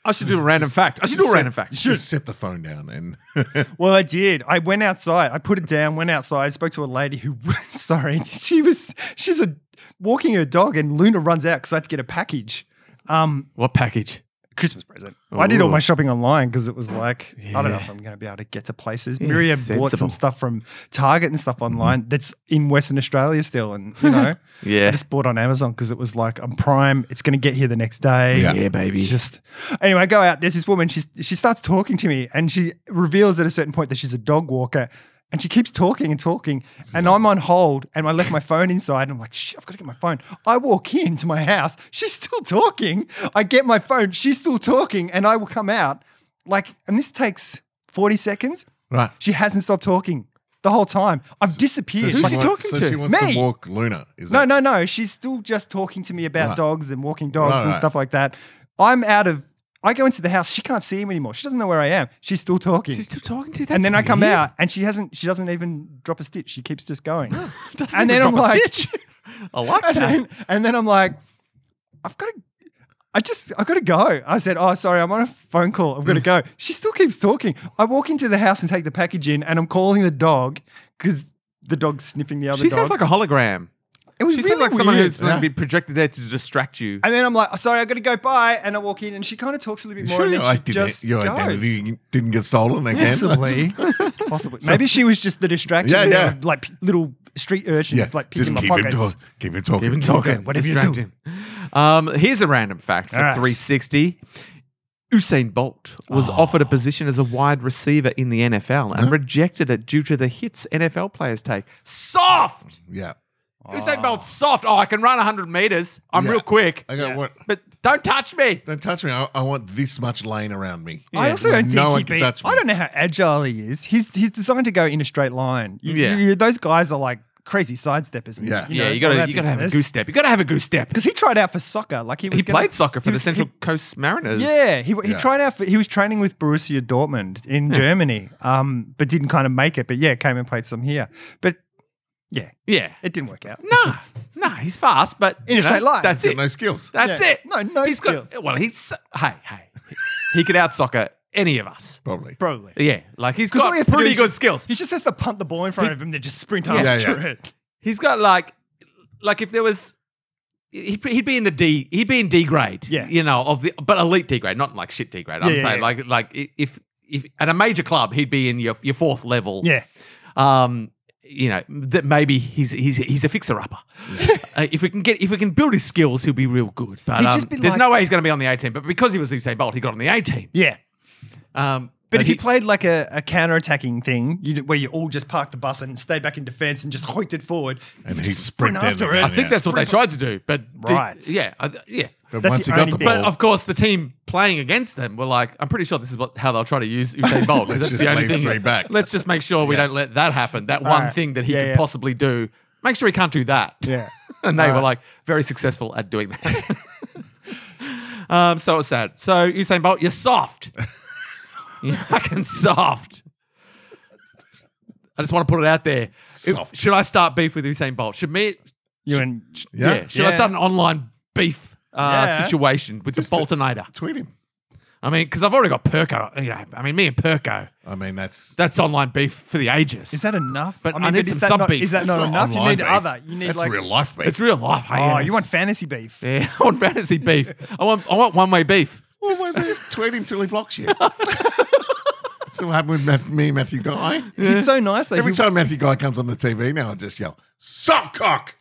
S3: I should do a random fact. I should do a
S1: Set-
S3: random fact.
S1: Just set the phone down and
S4: well, I did. I went outside. I put it down. Went outside. Spoke to a lady who, sorry, she was she's a walking her dog, and Luna runs out because I had to get a package. Um,
S3: What package?
S4: Christmas present. I did all
S3: Ooh.
S4: my shopping online because it was like I don't know
S3: Yeah.
S4: if I'm going to be able to get to places.
S3: Yeah,
S4: Miriam bought
S3: sensible. Mm-hmm.
S4: some stuff from Target and stuff online that's in Western Australia still, and you know, I
S3: Yeah.
S4: just bought on Amazon because it was like I'm Prime. It's going to get here the next day.
S1: Yeah.
S3: Yeah, baby.
S4: It's just anyway, I go out. There's this woman. She she starts talking to me, and she reveals at a certain point that she's a dog walker, and she keeps talking and talking. And I'm on hold, and I left my phone inside, and I'm like, shit, I've got to get my phone. I walk into my house. She's still talking. I get my phone. She's still talking, and I will come out. Like, and this takes 40 seconds.
S1: right.
S4: She hasn't stopped talking the whole time. I've disappeared.
S1: she
S4: Like,
S1: wants-
S3: talking
S1: so
S3: to?
S1: She wants
S4: Me?
S1: to walk Luna. Is
S4: no,
S1: that
S4: no, no. She's still just talking to me about
S1: Right.
S4: dogs and walking dogs
S1: Right,
S4: and
S1: right.
S4: stuff like that. I'm out of. I go into the house. She can't see him anymore. She doesn't know where I am. She's still talking.
S3: She's still talking to you.
S4: and then I
S3: That's
S4: come
S3: weird.
S4: out, and she hasn't. She doesn't even drop a stitch. She keeps just going.
S3: Doesn't
S4: And
S3: even
S4: then
S3: drop
S4: I'm
S3: a
S4: like-
S3: stitch. I like
S4: and,
S3: that.
S4: then, and then I'm like, I've got to. I just, I've got to go. I said, Oh, sorry, I'm on a phone call. I've got to
S3: Mm.
S4: go. She still keeps talking. I walk into the house and take the package in, and I'm calling the dog because the dog's sniffing the other
S3: She
S4: dog.
S3: sounds like a hologram.
S4: it was
S3: She
S4: really
S3: sounds like someone
S4: weird.
S3: who's going to be projected there to distract you.
S4: And then I'm like, oh, sorry, I got to go by. And I walk in and she kind of talks a little bit
S1: You
S4: more.
S1: sure
S4: and then
S1: your,
S4: she
S1: identi-
S4: just
S1: your
S4: goes.
S1: identity didn't get stolen again?
S4: Possibly. Possibly. Maybe she was just the distraction.
S1: Yeah,
S4: you know,
S1: yeah.
S4: Like p- little street urchins,
S1: yeah,
S4: like
S1: just
S4: picking my
S1: keep him,
S4: pockets.
S1: talk, keep him talking.
S3: Keep him talking.
S4: Whatever you
S3: Distract
S4: do.
S3: him. Um, here's a random fact for
S4: All right. Oh.
S3: 360. Usain Bolt was offered a position as a wide receiver in the NFL and rejected it due to the hits NFL players take. Soft!
S1: Yeah.
S3: Usain Bolt's soft. Oh, I can run 100 meters. I'm
S1: Yeah.
S3: real quick.
S1: I got what?
S3: But don't touch me.
S1: Don't touch me. I, I want this much lane around me.
S4: I also don't think
S1: No one
S4: he'd
S1: can
S4: be.
S1: touch me.
S4: I don't know how agile he is. He's he's designed to go in a straight line. You-
S3: Yeah.
S4: you- those guys are like crazy sidesteppers. and,
S1: Yeah.
S4: you
S3: yeah,
S4: know,
S3: you gotta
S4: all that
S3: you gotta have a
S4: business.
S3: goose step. You gotta have a goose step.
S4: Because he tried out for soccer. Like he was
S3: He
S4: gonna-
S3: played soccer for
S4: he
S3: the
S4: was-
S3: Central
S4: he-
S3: Coast Mariners.
S4: Yeah, he, he
S1: Yeah.
S4: tried out. For, he was training with Borussia Dortmund in Germany, um, but didn't kind of make it. But yeah, came and played some here. But yeah,
S3: Yeah.
S4: it didn't work out.
S3: Nah, nah, he's fast, but
S4: In a
S3: you know,
S4: straight line.
S3: That's
S1: Got
S3: it.
S1: no skills.
S3: That's
S4: Yeah.
S3: it.
S4: No, no
S3: He's got-
S4: skills.
S3: well, he's so- hey, hey, he could out soccer any of us.
S1: Probably.
S4: Probably.
S3: Yeah, like he's
S4: 'Cause all
S3: got
S4: he has to do
S3: pretty
S4: is
S3: good
S4: just-
S3: skills.
S4: He just has to punt the ball in front of him, then just sprint
S3: Yeah.
S4: after
S1: Yeah,
S4: it.
S3: He's got like, like if there was. He'd he'd be in the D. He'd be in D grade.
S4: Yeah.
S3: you know of the but elite D grade, not like shit D grade. I'm
S4: Yeah, yeah,
S3: saying
S4: yeah.
S3: like like i- if if at a major club he'd be in your your fourth level.
S4: Yeah,
S3: um, you know, that maybe he's he's he's a fixer upper. uh, if we can get if we can build his skills, he'll be real good. But
S4: He'd
S3: um,
S4: just be
S3: there's
S4: like-
S3: no way he's going to be on the A team. But because he was Usain Bolt, he got on the A team.
S4: yeah.
S3: Um,
S4: But, if he, played like a, a counter-attacking thing, you, where you all just park the bus and stay back in defense and just hoiked it forward,
S1: And
S4: you
S1: he
S4: just sprint
S1: sprinted
S4: after it.
S1: again,
S3: I think that's what they tried to do. But the-
S4: Right.
S3: yeah, I- yeah.
S1: But
S4: That's
S1: once
S4: the
S1: he got
S4: only
S1: the
S4: thing.
S1: ball,
S3: But of course, the team playing against them were like, I'm pretty sure this is what how they'll try to use Usain Bolt. 'cause
S1: Let's
S3: that's
S1: just
S3: the only
S1: leave
S3: thing.
S1: three back.
S3: Let's just make sure we don't let that happen. That one
S4: right.
S3: thing that he
S4: Yeah,
S3: could
S4: yeah.
S3: possibly do. Make sure he can't do that.
S4: Yeah.
S3: and they
S4: All
S3: were
S4: right.
S3: like very successful at doing that. um, so it was sad. So Usain Bolt, you're soft. you're fucking soft. I just want to put it out there. It-
S1: Soft.
S3: should I start beef with Usain Bolt? Should me?
S4: You and
S1: yeah,
S3: Yeah. Should I
S4: Yeah.
S3: start an online beef uh,
S4: Yeah.
S3: situation with
S1: Just
S3: the
S1: to-
S3: Boltonator?
S1: tweet him.
S3: I mean, because I've already got Perko. You know, I mean, me and Perko.
S1: I mean, that's
S3: That's online beef for the ages.
S4: Is that enough?
S3: But
S4: I mean,
S3: I need
S4: is
S3: some
S4: that
S3: sub
S4: not,
S3: beef.
S4: Is that
S1: that's
S4: not, enough? You
S1: online
S4: need
S1: beef.
S4: other. You need
S1: that's
S4: like
S1: real life beef.
S3: it's real life.
S4: oh,
S3: I guess.
S4: you want fantasy beef?
S3: Yeah, I want fantasy beef. I want I want one way beef.
S1: Just, just tweet him till he blocks you. That's what happened with Matt, me and Matthew Guy.
S4: He's so nice. Though.
S1: Every
S4: He-
S1: time Matthew Guy comes on the TV now, I just yell, soft cock!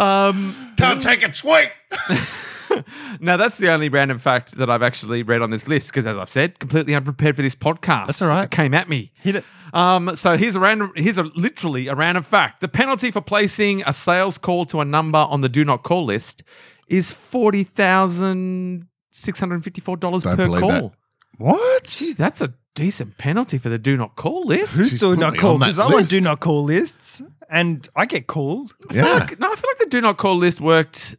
S3: Um,
S1: Can't take a tweet!
S3: now that's the only random fact that I've actually read on this list because, as I've said, completely unprepared for this podcast.
S4: That's all right.
S3: It came at me.
S4: Hit it.
S3: Um, so here's a random. Here's a literally a random fact. The penalty for placing a sales call to a number on the do not call list is forty thousand six hundred fifty-four dollars
S1: Don't
S3: per
S1: believe
S3: call.
S1: that.
S4: What?
S3: Jeez, that's a decent penalty for the do not call list.
S4: Who's
S1: She's
S4: do
S1: put
S4: not
S1: me
S4: call?
S1: on that
S4: Because I'm on
S1: list.
S4: do not call lists, and I get called.
S3: I feel
S1: Yeah.
S3: like- no, I feel like the do not call list worked,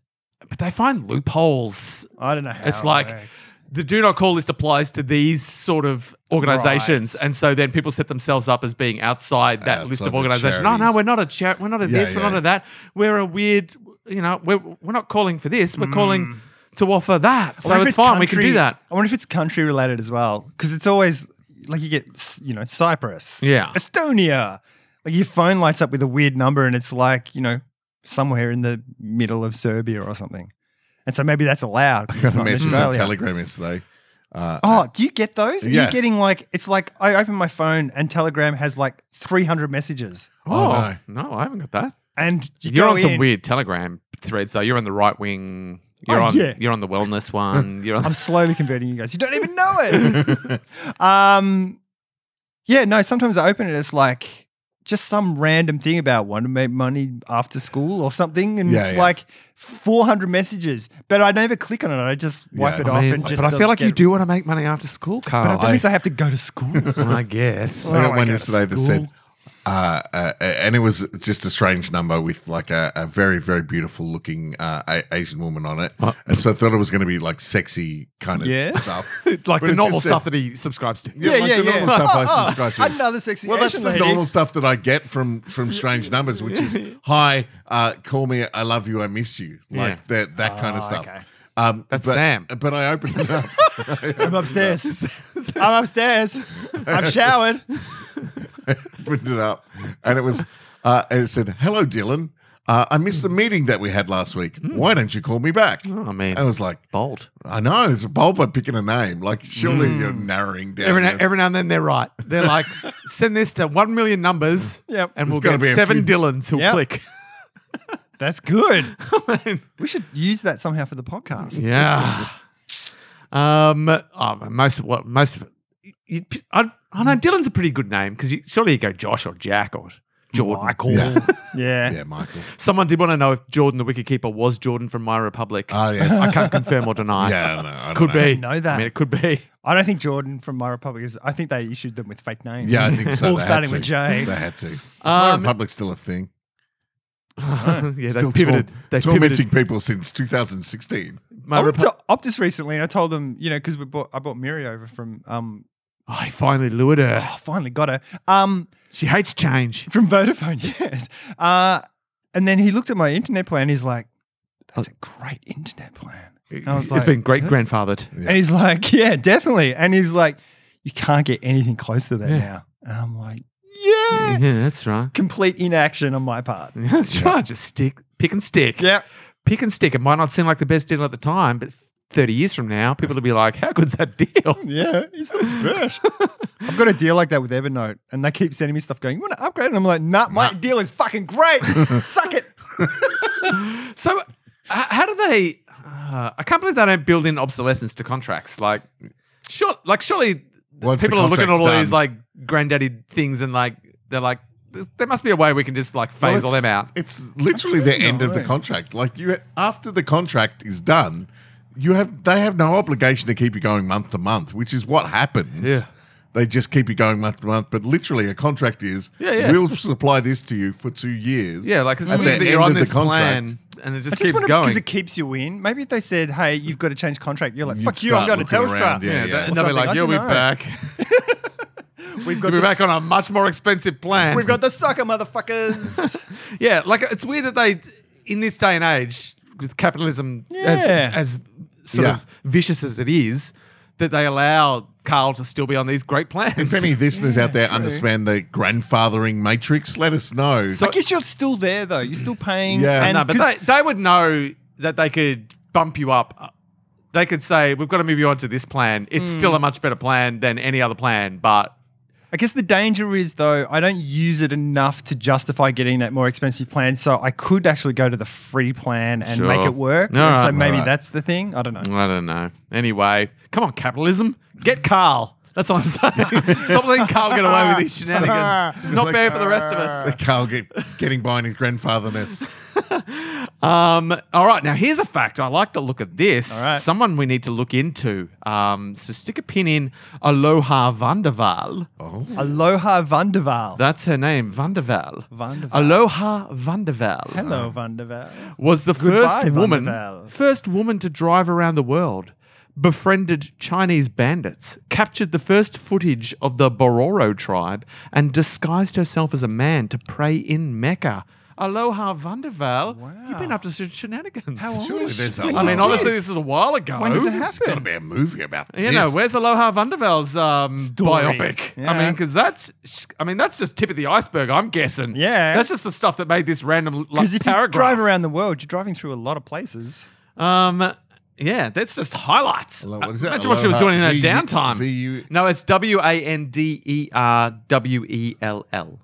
S3: but they find loopholes.
S4: I don't know how.
S3: It's
S4: it
S3: like-
S4: works.
S3: The do not call list applies to these sort of organizations,
S4: Right.
S3: and so then people set themselves up as being outside that list
S1: Outside
S3: of
S1: the
S3: organizations. No, no,
S1: charities.
S3: we're not a char- we're not a
S1: Yeah,
S3: this, we're
S1: yeah.
S3: not a that. We're a weird, you know, we're we're not calling for this. We're calling to offer that.
S4: Mm. I
S3: So
S4: wonder if
S3: it's fine. We can
S4: country-
S3: do that.
S4: I wonder if it's country related as well, because it's always like you get s- you know Cyprus,
S3: Yeah.
S4: Estonia. Like your phone lights up with a weird number, and it's like you know somewhere in the middle of Serbia or something. And so maybe that's allowed. 'cause
S1: got
S4: It's
S1: a
S4: not in
S1: message on
S4: Australia.
S1: Telegram yesterday. Uh,
S4: Oh, do you get those? Are you
S1: Yeah.
S4: getting like it's like I open my phone and Telegram has like 300 messages,
S1: Oh,
S3: Oh, no. I haven't got that.
S4: and you
S3: You are
S4: go
S3: on some
S4: in-
S3: weird Telegram threads, though. You're on the right wing. You're
S4: Oh,
S3: on.
S4: yeah.
S3: You're on the wellness one. You're on.
S4: I'm slowly converting you guys. You don't even know it. um, yeah, no. Sometimes I open it. It's like just some random thing about want to make money after school or something, and
S1: Yeah,
S4: it's
S1: yeah.
S4: like 400 messages. But I never click on it. I just wipe
S1: Yeah.
S4: it
S1: I
S4: off
S3: mean,
S4: and just.
S3: but I
S4: to
S3: feel like you
S4: get-
S3: do want to make money after school,
S4: But
S3: Carl.
S4: that means I have to go to school.
S3: I guess.
S1: I
S4: Oh,
S1: got
S4: I
S1: one
S4: go to
S1: yesterday that said,
S4: school.
S1: uh, uh, and it was just a strange number with like a, a very, very beautiful looking uh, a- Asian woman on it.
S4: Uh.
S3: Oh.
S1: And so I thought it was going to be like sexy kind of
S4: Yes.
S1: stuff.
S3: like
S1: But it
S3: the normal
S1: just said-
S3: stuff that he subscribes to.
S1: Yeah, like the normal stuff I subscribe to.
S4: Another sexy
S1: Well, that's
S4: Asian
S1: the
S4: lady.
S1: normal stuff that I get from from strange numbers, which is hi, uh, call me, I love you, I miss you, like
S3: Yeah.
S1: that that kind
S4: Ah,
S1: of stuff.
S4: okay.
S1: Um,
S3: That's
S1: but,
S3: Sam.
S1: But I opened it up.
S4: I'm upstairs. I'm upstairs. I've showered.
S1: opened it up, and it was uh, and it said, "Hello, Dylan. Uh, I missed the meeting that we had last week. Why don't you call me back?"
S3: Oh, man.
S1: I was like,
S3: Bold.
S1: "I know it's a bold by picking a name. Like, surely you're narrowing down.
S3: Every now,
S1: there.
S3: every now and then they're right. They're like, send this to one million numbers,
S4: Yep.
S3: and
S1: There's
S3: we'll
S1: gotta
S3: get
S1: be a
S3: seven
S1: few-
S3: Dylans who'll
S4: Yep.
S3: click.
S4: That's good.
S3: I mean,
S4: We should use that somehow for the podcast.
S3: yeah. Um. oh, but most of what most of it. You, I, I know Dylan's a pretty good name because you, surely you go Josh or Jack or Jordan.
S4: Michael.
S1: Yeah.
S4: Yeah.
S1: yeah, Michael.
S3: Someone did want to know if Jordan the wicket keeper was Jordan from My Republic.
S1: Oh, yes.
S3: I can't confirm or deny.
S1: yeah, I know, I don't
S3: could
S1: know.
S3: be.
S4: Didn't know that.
S3: I mean, it could be.
S4: I don't think Jordan from My Republic is. I think they issued them with fake names.
S1: Yeah, I think so.
S4: All
S1: They had
S4: starting with
S1: to.
S4: J.
S1: They had to. Is My
S3: Um,
S1: Republic's still a thing.
S3: yeah, they
S1: Still
S3: pivoted.
S1: torm-
S3: They
S1: tormenting
S3: pivoted.
S1: people since 2016.
S3: My
S4: I went
S3: Repu-
S4: to Optus recently and I told them, you know, because we bought, I bought Miri over from. Um,
S3: Oh, I finally lured her.
S4: oh, finally got her. Um,
S3: She hates change.
S4: from Vodafone, yes. Uh, and then he looked at my internet plan. He's like, "That's a great internet plan." And I was
S3: It's
S4: like,
S3: been great grandfathered.
S1: Yeah.
S4: And he's like, yeah, definitely. And he's like, you can't get anything close to that
S3: Yeah. Mm-hmm.
S4: now. And I'm like,
S3: Yeah,
S4: yeah.
S3: that's right.
S4: Complete inaction on my part.
S3: Yeah, That's right. Just stick, pick and stick.
S4: Yeah.
S3: Pick and stick. It might not seem like the best deal at the time, but 30 years from now, people will be like, how good's that deal?
S4: Yeah. He's the best. I've got a deal like that with Evernote, and they keep sending me stuff going, you want to upgrade? And I'm like, nah, my deal is fucking great. Suck it.
S3: So, h- how do they? Uh, I can't believe they don't build in obsolescence to contracts. Like, sure, like surely
S1: Once the
S3: people are looking at all
S1: contract's
S3: these
S1: done.
S3: like granddaddy things, and like they're like, "There- there must be a way we can just like phase all
S1: it's-
S3: them out.
S1: It's literally the
S4: Absolutely
S1: end of
S4: not,
S1: the
S4: eh?
S1: contract. Like you, after the contract is done, you have they have no obligation to keep you going month to month, which is what happens.
S3: Yeah.
S1: They just keep you going month to month, but literally a contract is
S3: Yeah, yeah.
S1: we'll supply this to you for two years.
S3: Yeah, like it's
S1: At
S3: weird
S1: the
S3: that you're
S1: end
S3: on
S1: of the
S3: this
S1: contract,
S3: plan, and it just,
S4: I just
S3: keeps
S4: wonder
S3: going.
S4: because it keeps you in. Maybe if they said, hey, you've got to change contract, you're like,
S1: You'd
S4: fuck you, I'm
S1: start
S4: going to
S1: looking
S4: Telstra.
S1: around,
S3: yeah,
S1: Yeah, yeah.
S3: and
S4: Or
S3: they'll be
S4: something, I
S3: like, "You'll be
S4: dunno.
S3: back.
S4: We've got
S3: You'll be
S4: the
S3: back on a much more expensive plan."
S4: We've got the sucker, motherfuckers.
S3: Yeah, like it's weird that they, in this day and age, with capitalism
S4: Yeah.
S3: as, as sort
S1: Yeah.
S3: of vicious as it is, that they allow Carl to still be on these great plans.
S1: If any listeners out there understand the grandfathering matrix, let us know.
S3: So-
S4: I guess you're still there though. You're still paying.
S1: Yeah.
S4: and
S3: no, but
S4: 'cause-
S3: they, they would know that they could bump you up. They could say, "We've got to move you on to this plan. It's
S4: Hmm.
S3: still a much better plan than any other plan, but
S4: I guess the danger is though I don't use it enough to justify getting that more expensive plan. So I could actually go to the free plan and
S3: Sure.
S4: make it work.
S3: All
S4: And so
S3: right,
S4: maybe
S3: all right.
S4: that's the thing. I don't know.
S3: I don't know." Anyway, come on, capitalism, get Carl. That's what I'm saying. Stop letting Carl get away with these shenanigans. It's not fair for the rest of us.
S1: Carl get, getting by in his grandfatherness.
S3: Um, all right, now here's a fact. I like the look of this.
S4: All right.
S3: Someone we need to look into. Um, so stick a pin in Aloha Vanderval.
S4: Oh. Hmm. Aloha Vanderval.
S3: That's her name, Vanderval.
S4: Vanderval.
S3: Aloha Vanderval.
S4: Hello Vanderval.
S3: Was the
S4: Goodbye,
S3: first woman
S4: Vanderval.
S3: first woman to drive around the world, befriended Chinese bandits, captured the first footage of the Bororo tribe, and disguised herself as a man to pray in Mecca. Aloha Vanderval. You've been
S4: Wow.
S3: up to some shenanigans.
S4: How old
S1: Surely there's a
S4: When
S3: I
S1: lot
S3: mean,
S1: of-
S3: obviously,
S4: this?
S3: this is a while ago.
S4: When did it
S1: There's got to
S4: happen?
S1: be a movie about
S3: You
S1: this.
S3: know, where's Aloha Vandervel's um,
S4: Story.
S3: biopic? I
S4: Yeah.
S3: mean, because that's, I mean, that's just tip of the iceberg. I'm guessing.
S4: Yeah.
S3: that's just the stuff that made this random like,
S4: Because if
S3: paragraph.
S4: you drive around the world, you're driving through a lot of places.
S3: Um, yeah, that's just highlights.
S1: Hello- what is that?
S3: Imagine what she was
S1: Aloha
S3: doing in her
S1: V-
S3: downtime.
S1: VU
S3: no, it's W A N D E R W E L L.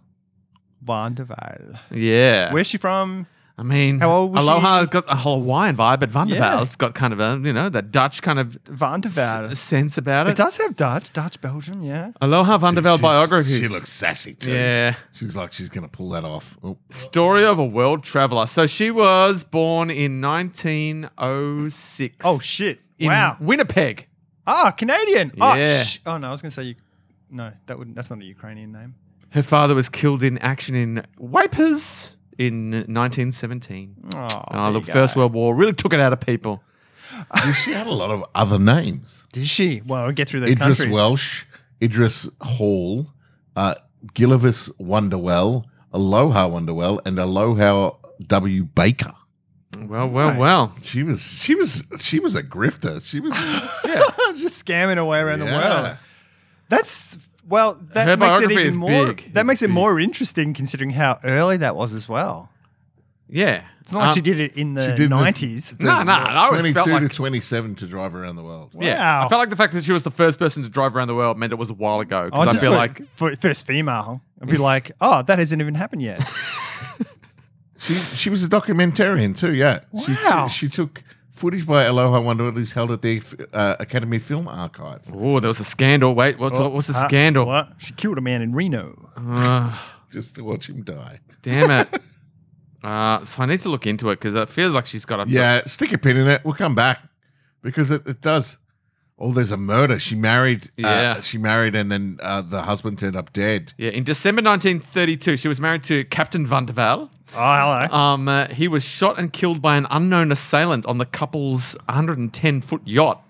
S4: Vanderval.
S3: Yeah.
S4: Where's she from?
S3: I mean,
S4: How old was
S3: Aloha
S4: she?
S3: got a Hawaiian vibe, but
S4: Yeah.
S3: Vandervel's got kind of a, you know, that Dutch kind of
S4: Vanderval.
S3: s- sense about it.
S4: It does have Dutch, Dutch Belgium, yeah.
S3: Aloha Vandervel
S1: She's-
S3: biography.
S1: She looks sassy too.
S3: Yeah.
S1: She's like she's going to pull that off. Oh,
S3: Story of a World Traveler. So she was born in 1906.
S4: Oh shit!
S3: in
S4: wow.
S3: Winnipeg.
S4: Ah, Canadian.
S3: Yeah.
S4: Oh, sh- oh no, I was gonna say you. No, that wouldn't. That's not a Ukrainian name.
S3: Her father was killed in action in Wipers in 1917.
S4: Oh,
S3: Oh, the First World War really took it out of people.
S1: she had a lot of other names.
S4: Did she? Well, we'll get through those
S1: Idris
S4: countries.
S1: Welsh, Idris Hall, uh, Gillivis Wonderwell, Aloha Wonderwell, and Aloha W Baker.
S3: Well, well, well.
S1: She was she was she was a grifter. She was
S4: yeah, just scamming away around
S1: Yeah.
S4: the world. That's well. That
S3: Her
S4: makes it
S3: biography
S4: even
S3: is
S4: more.
S3: big.
S4: That makes
S3: It's
S4: it more interesting considering how early that was as well.
S3: Yeah.
S4: It's not like
S3: Um,
S4: she did it in the
S1: did the-
S4: nineties.
S3: No, no, I always
S1: twenty
S3: felt
S1: two to
S3: like.
S1: twenty seven to drive around the world.
S3: Yeah, I
S4: Wow.
S3: felt like the fact that she was the first person to drive around the world meant it was a while ago.
S4: I
S3: Because I
S4: Oh, just
S3: feel like
S4: like first female. I'd be like, oh, that hasn't even happened yet.
S1: She she was a documentarian too. Yeah, she,
S4: Wow.
S1: she took footage by Aloha Wonderwell is held at the uh, Academy Film Archive.
S3: oh, there was a scandal. Wait, what's what was the
S4: Uh,
S3: scandal?
S4: What? She killed a man in Reno.
S3: Ugh.
S1: Just to watch him die.
S3: Damn it. Uh, so I need to look into it because it feels like she's got a
S1: Yeah, stick a pin in it. We'll come back because it, it does. Oh, there's a murder. She married. uh,
S3: Yeah.
S1: she married, and then uh, the husband turned up dead.
S3: Yeah, in December 1932, she was married to Captain Van der Waal.
S4: Oh, hello.
S3: Um, uh, he was shot and killed by an unknown assailant on the couple's 110 foot yacht.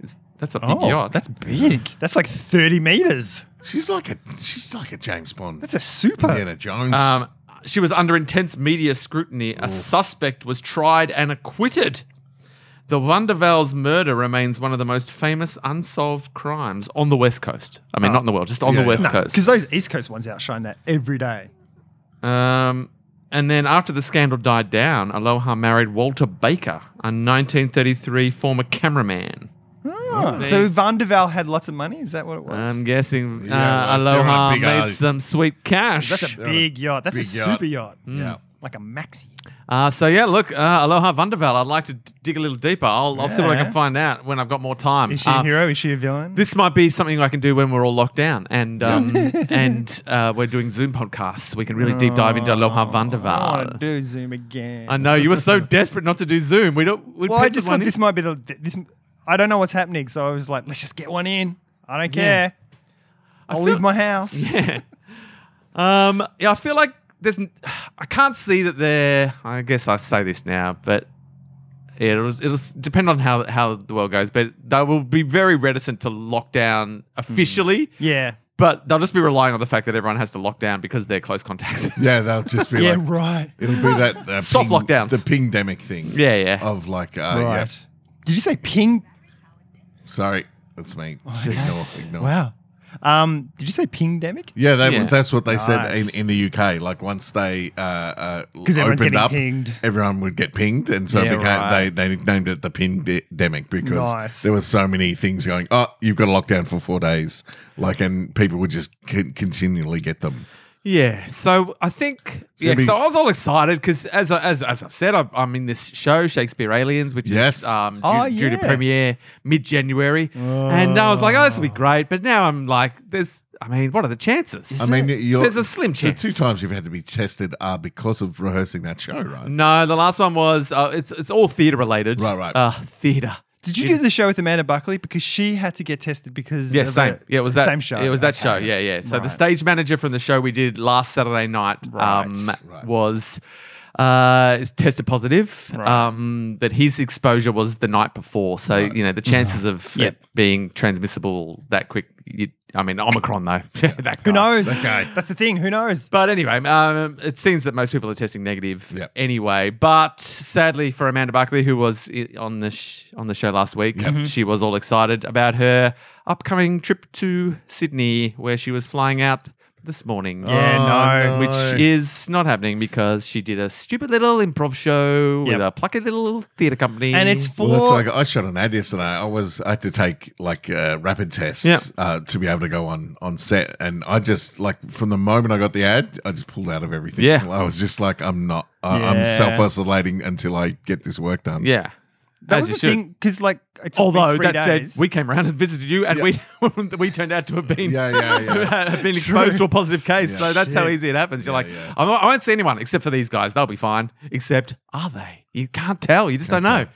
S3: It's- That's a big
S4: Oh,
S3: yacht.
S4: that's big. That's like 30 meters.
S1: She's like a she's like a James Bond.
S4: That's a super.
S1: Indiana Jones.
S3: um, she was under intense media scrutiny. A suspect was tried and acquitted. The Van der Waal's murder remains one of the most famous unsolved crimes on the West Coast. I mean, not in the world, just on
S1: Yeah,
S3: the West
S1: yeah.
S3: Coast.
S4: Because those East Coast ones outshine that every day.
S3: Um, and then after the scandal died down, Aloha married Walter Baker, a 1933 former cameraman.
S4: Oh, so Vanderval had lots of money. Is that what it was?
S3: I'm guessing
S1: Yeah, well,
S3: uh,
S1: if they're on a
S3: Aloha
S1: big
S3: made
S1: island-
S3: some sweet cash.
S4: That's a big yacht. That's a
S1: Big yacht.
S4: super yacht.
S3: Mm.
S1: yeah.
S4: Like a maxi.
S3: uh, so yeah, look, uh, Aloha Vanderveld. I'd like to d- dig a little deeper. I'll, I'll see what I
S4: Yeah.
S3: can find out when I've got more time.
S4: Is she
S3: Uh,
S4: a hero? Is she a villain?
S3: This might be something I can do when we're all locked down, and um, and uh, we're doing Zoom podcasts. We can really deep dive into Aloha
S4: Oh, I want to
S3: Vanderveld.
S4: do Zoom again.
S3: Uh, I know you were so desperate not to do Zoom. We don't. We
S4: Well, I
S3: penciled
S4: just
S3: one
S4: thought
S3: in.
S4: this might be the. This, I don't know what's happening. So I was like, let's just get one in. I don't
S3: Yeah.
S4: care. I'll
S3: feel-
S4: leave my house.
S3: Yeah. Um, yeah, I feel like there's. n- I can't see that there. I guess I say this now, but yeah, it'll it'll s- depend on how how the world goes. But they will be very reticent to lock down officially.
S4: Yeah.
S3: But they'll just be relying on the fact that everyone has to lock down because they're close contacts.
S1: yeah, they'll just be
S4: Yeah,
S1: like,
S4: right.
S1: it'll be that uh,
S3: Soft lockdowns.
S1: the pingdemic thing.
S3: yeah, yeah.
S1: of like uh, yeah,
S4: Right. Did you say ping?
S1: Sorry, that's me.
S4: Oh, okay.
S1: Ignore, ignore.
S4: Wow. Um, did you say pingdemic?
S1: Yeah, that,
S3: Yeah.
S1: that's what they
S4: Nice.
S1: said in, in the UK. Like once they uh, uh,
S4: 'Cause everyone's
S1: opened
S4: getting
S1: up,
S4: pinged.
S1: everyone would get pinged, and so it
S4: Yeah,
S1: became,
S4: right.
S1: they they named it the pandemic because
S4: Nice.
S1: there was so many things going. Oh, you've got a lockdown for four days, like, and people would just con- continually get them.
S3: Yeah, so I think yeah,
S1: gonna be-
S3: so I was all excited because as I- as as I've said, I'm, I'm in this show Shakespeare Aliens, which
S1: Yes.
S3: is um, due,
S4: Oh,
S3: due to
S4: yeah.
S3: premiere mid January, and I was like, oh, this will be great. But now I'm like, there's, I mean, what are the chances?
S1: I mean, you're,
S3: There's a slim
S1: the
S3: chance.
S1: two times you've had to be tested are because of rehearsing that show, right?
S3: no, the last one was uh, it's it's all theatre related,
S1: Right, right.
S3: Uh, theatre.
S4: Did you do the show with Amanda Buckley because she had to get tested because
S3: Yeah,
S4: of
S3: same.
S4: the-
S3: Yeah, it was that
S4: same show.
S3: It was that
S4: Okay.
S3: show. Yeah, yeah. So the
S4: Right.
S3: stage manager from the show we did last Saturday night
S4: Right,
S3: um,
S4: right.
S3: was uh, is tested positive,
S4: Right.
S3: um, but his exposure was the night before. So you know the chances of
S4: Yep.
S3: it being transmissible that quick. You, I mean, Omicron though. that guy.
S4: Who knows? That's the thing. Who knows?
S3: But anyway, um, it seems that most people are testing negative
S1: Yep.
S3: anyway. But sadly for Amanda Buckley, who was i- on the sh- on the show last week, she was all excited about her upcoming trip to Sydney, where she was flying out this morning.
S4: Yeah, Oh, no.
S3: Which is not happening because she did a stupid little improv show with
S4: Yep.
S3: a plucky little theatre company.
S4: and it's for
S1: Well, that's like I shot an ad yesterday. I was I had to take like uh, rapid tests
S3: Yeah.
S1: uh, to be able to go on on set, and I just like from the moment I got the ad, I just pulled out of everything.
S3: Yeah.
S1: I was just like, I'm not. I I'm
S4: Yeah.
S1: self isolating until I get this work done.
S3: yeah. As
S4: that was
S3: you
S4: the
S3: should.
S4: thing because like it took me
S3: Although
S4: three
S3: that
S4: days.
S3: said, we came around and visited you, and we we turned out to have been
S1: Yeah, yeah, yeah.
S3: have been exposed to a positive case.
S1: Yeah.
S3: So that's how easy it happens. You're like,
S1: yeah.
S3: I'm not- I won't see anyone except for these guys. They'll be fine. Except, are they? You can't tell. You just don't know.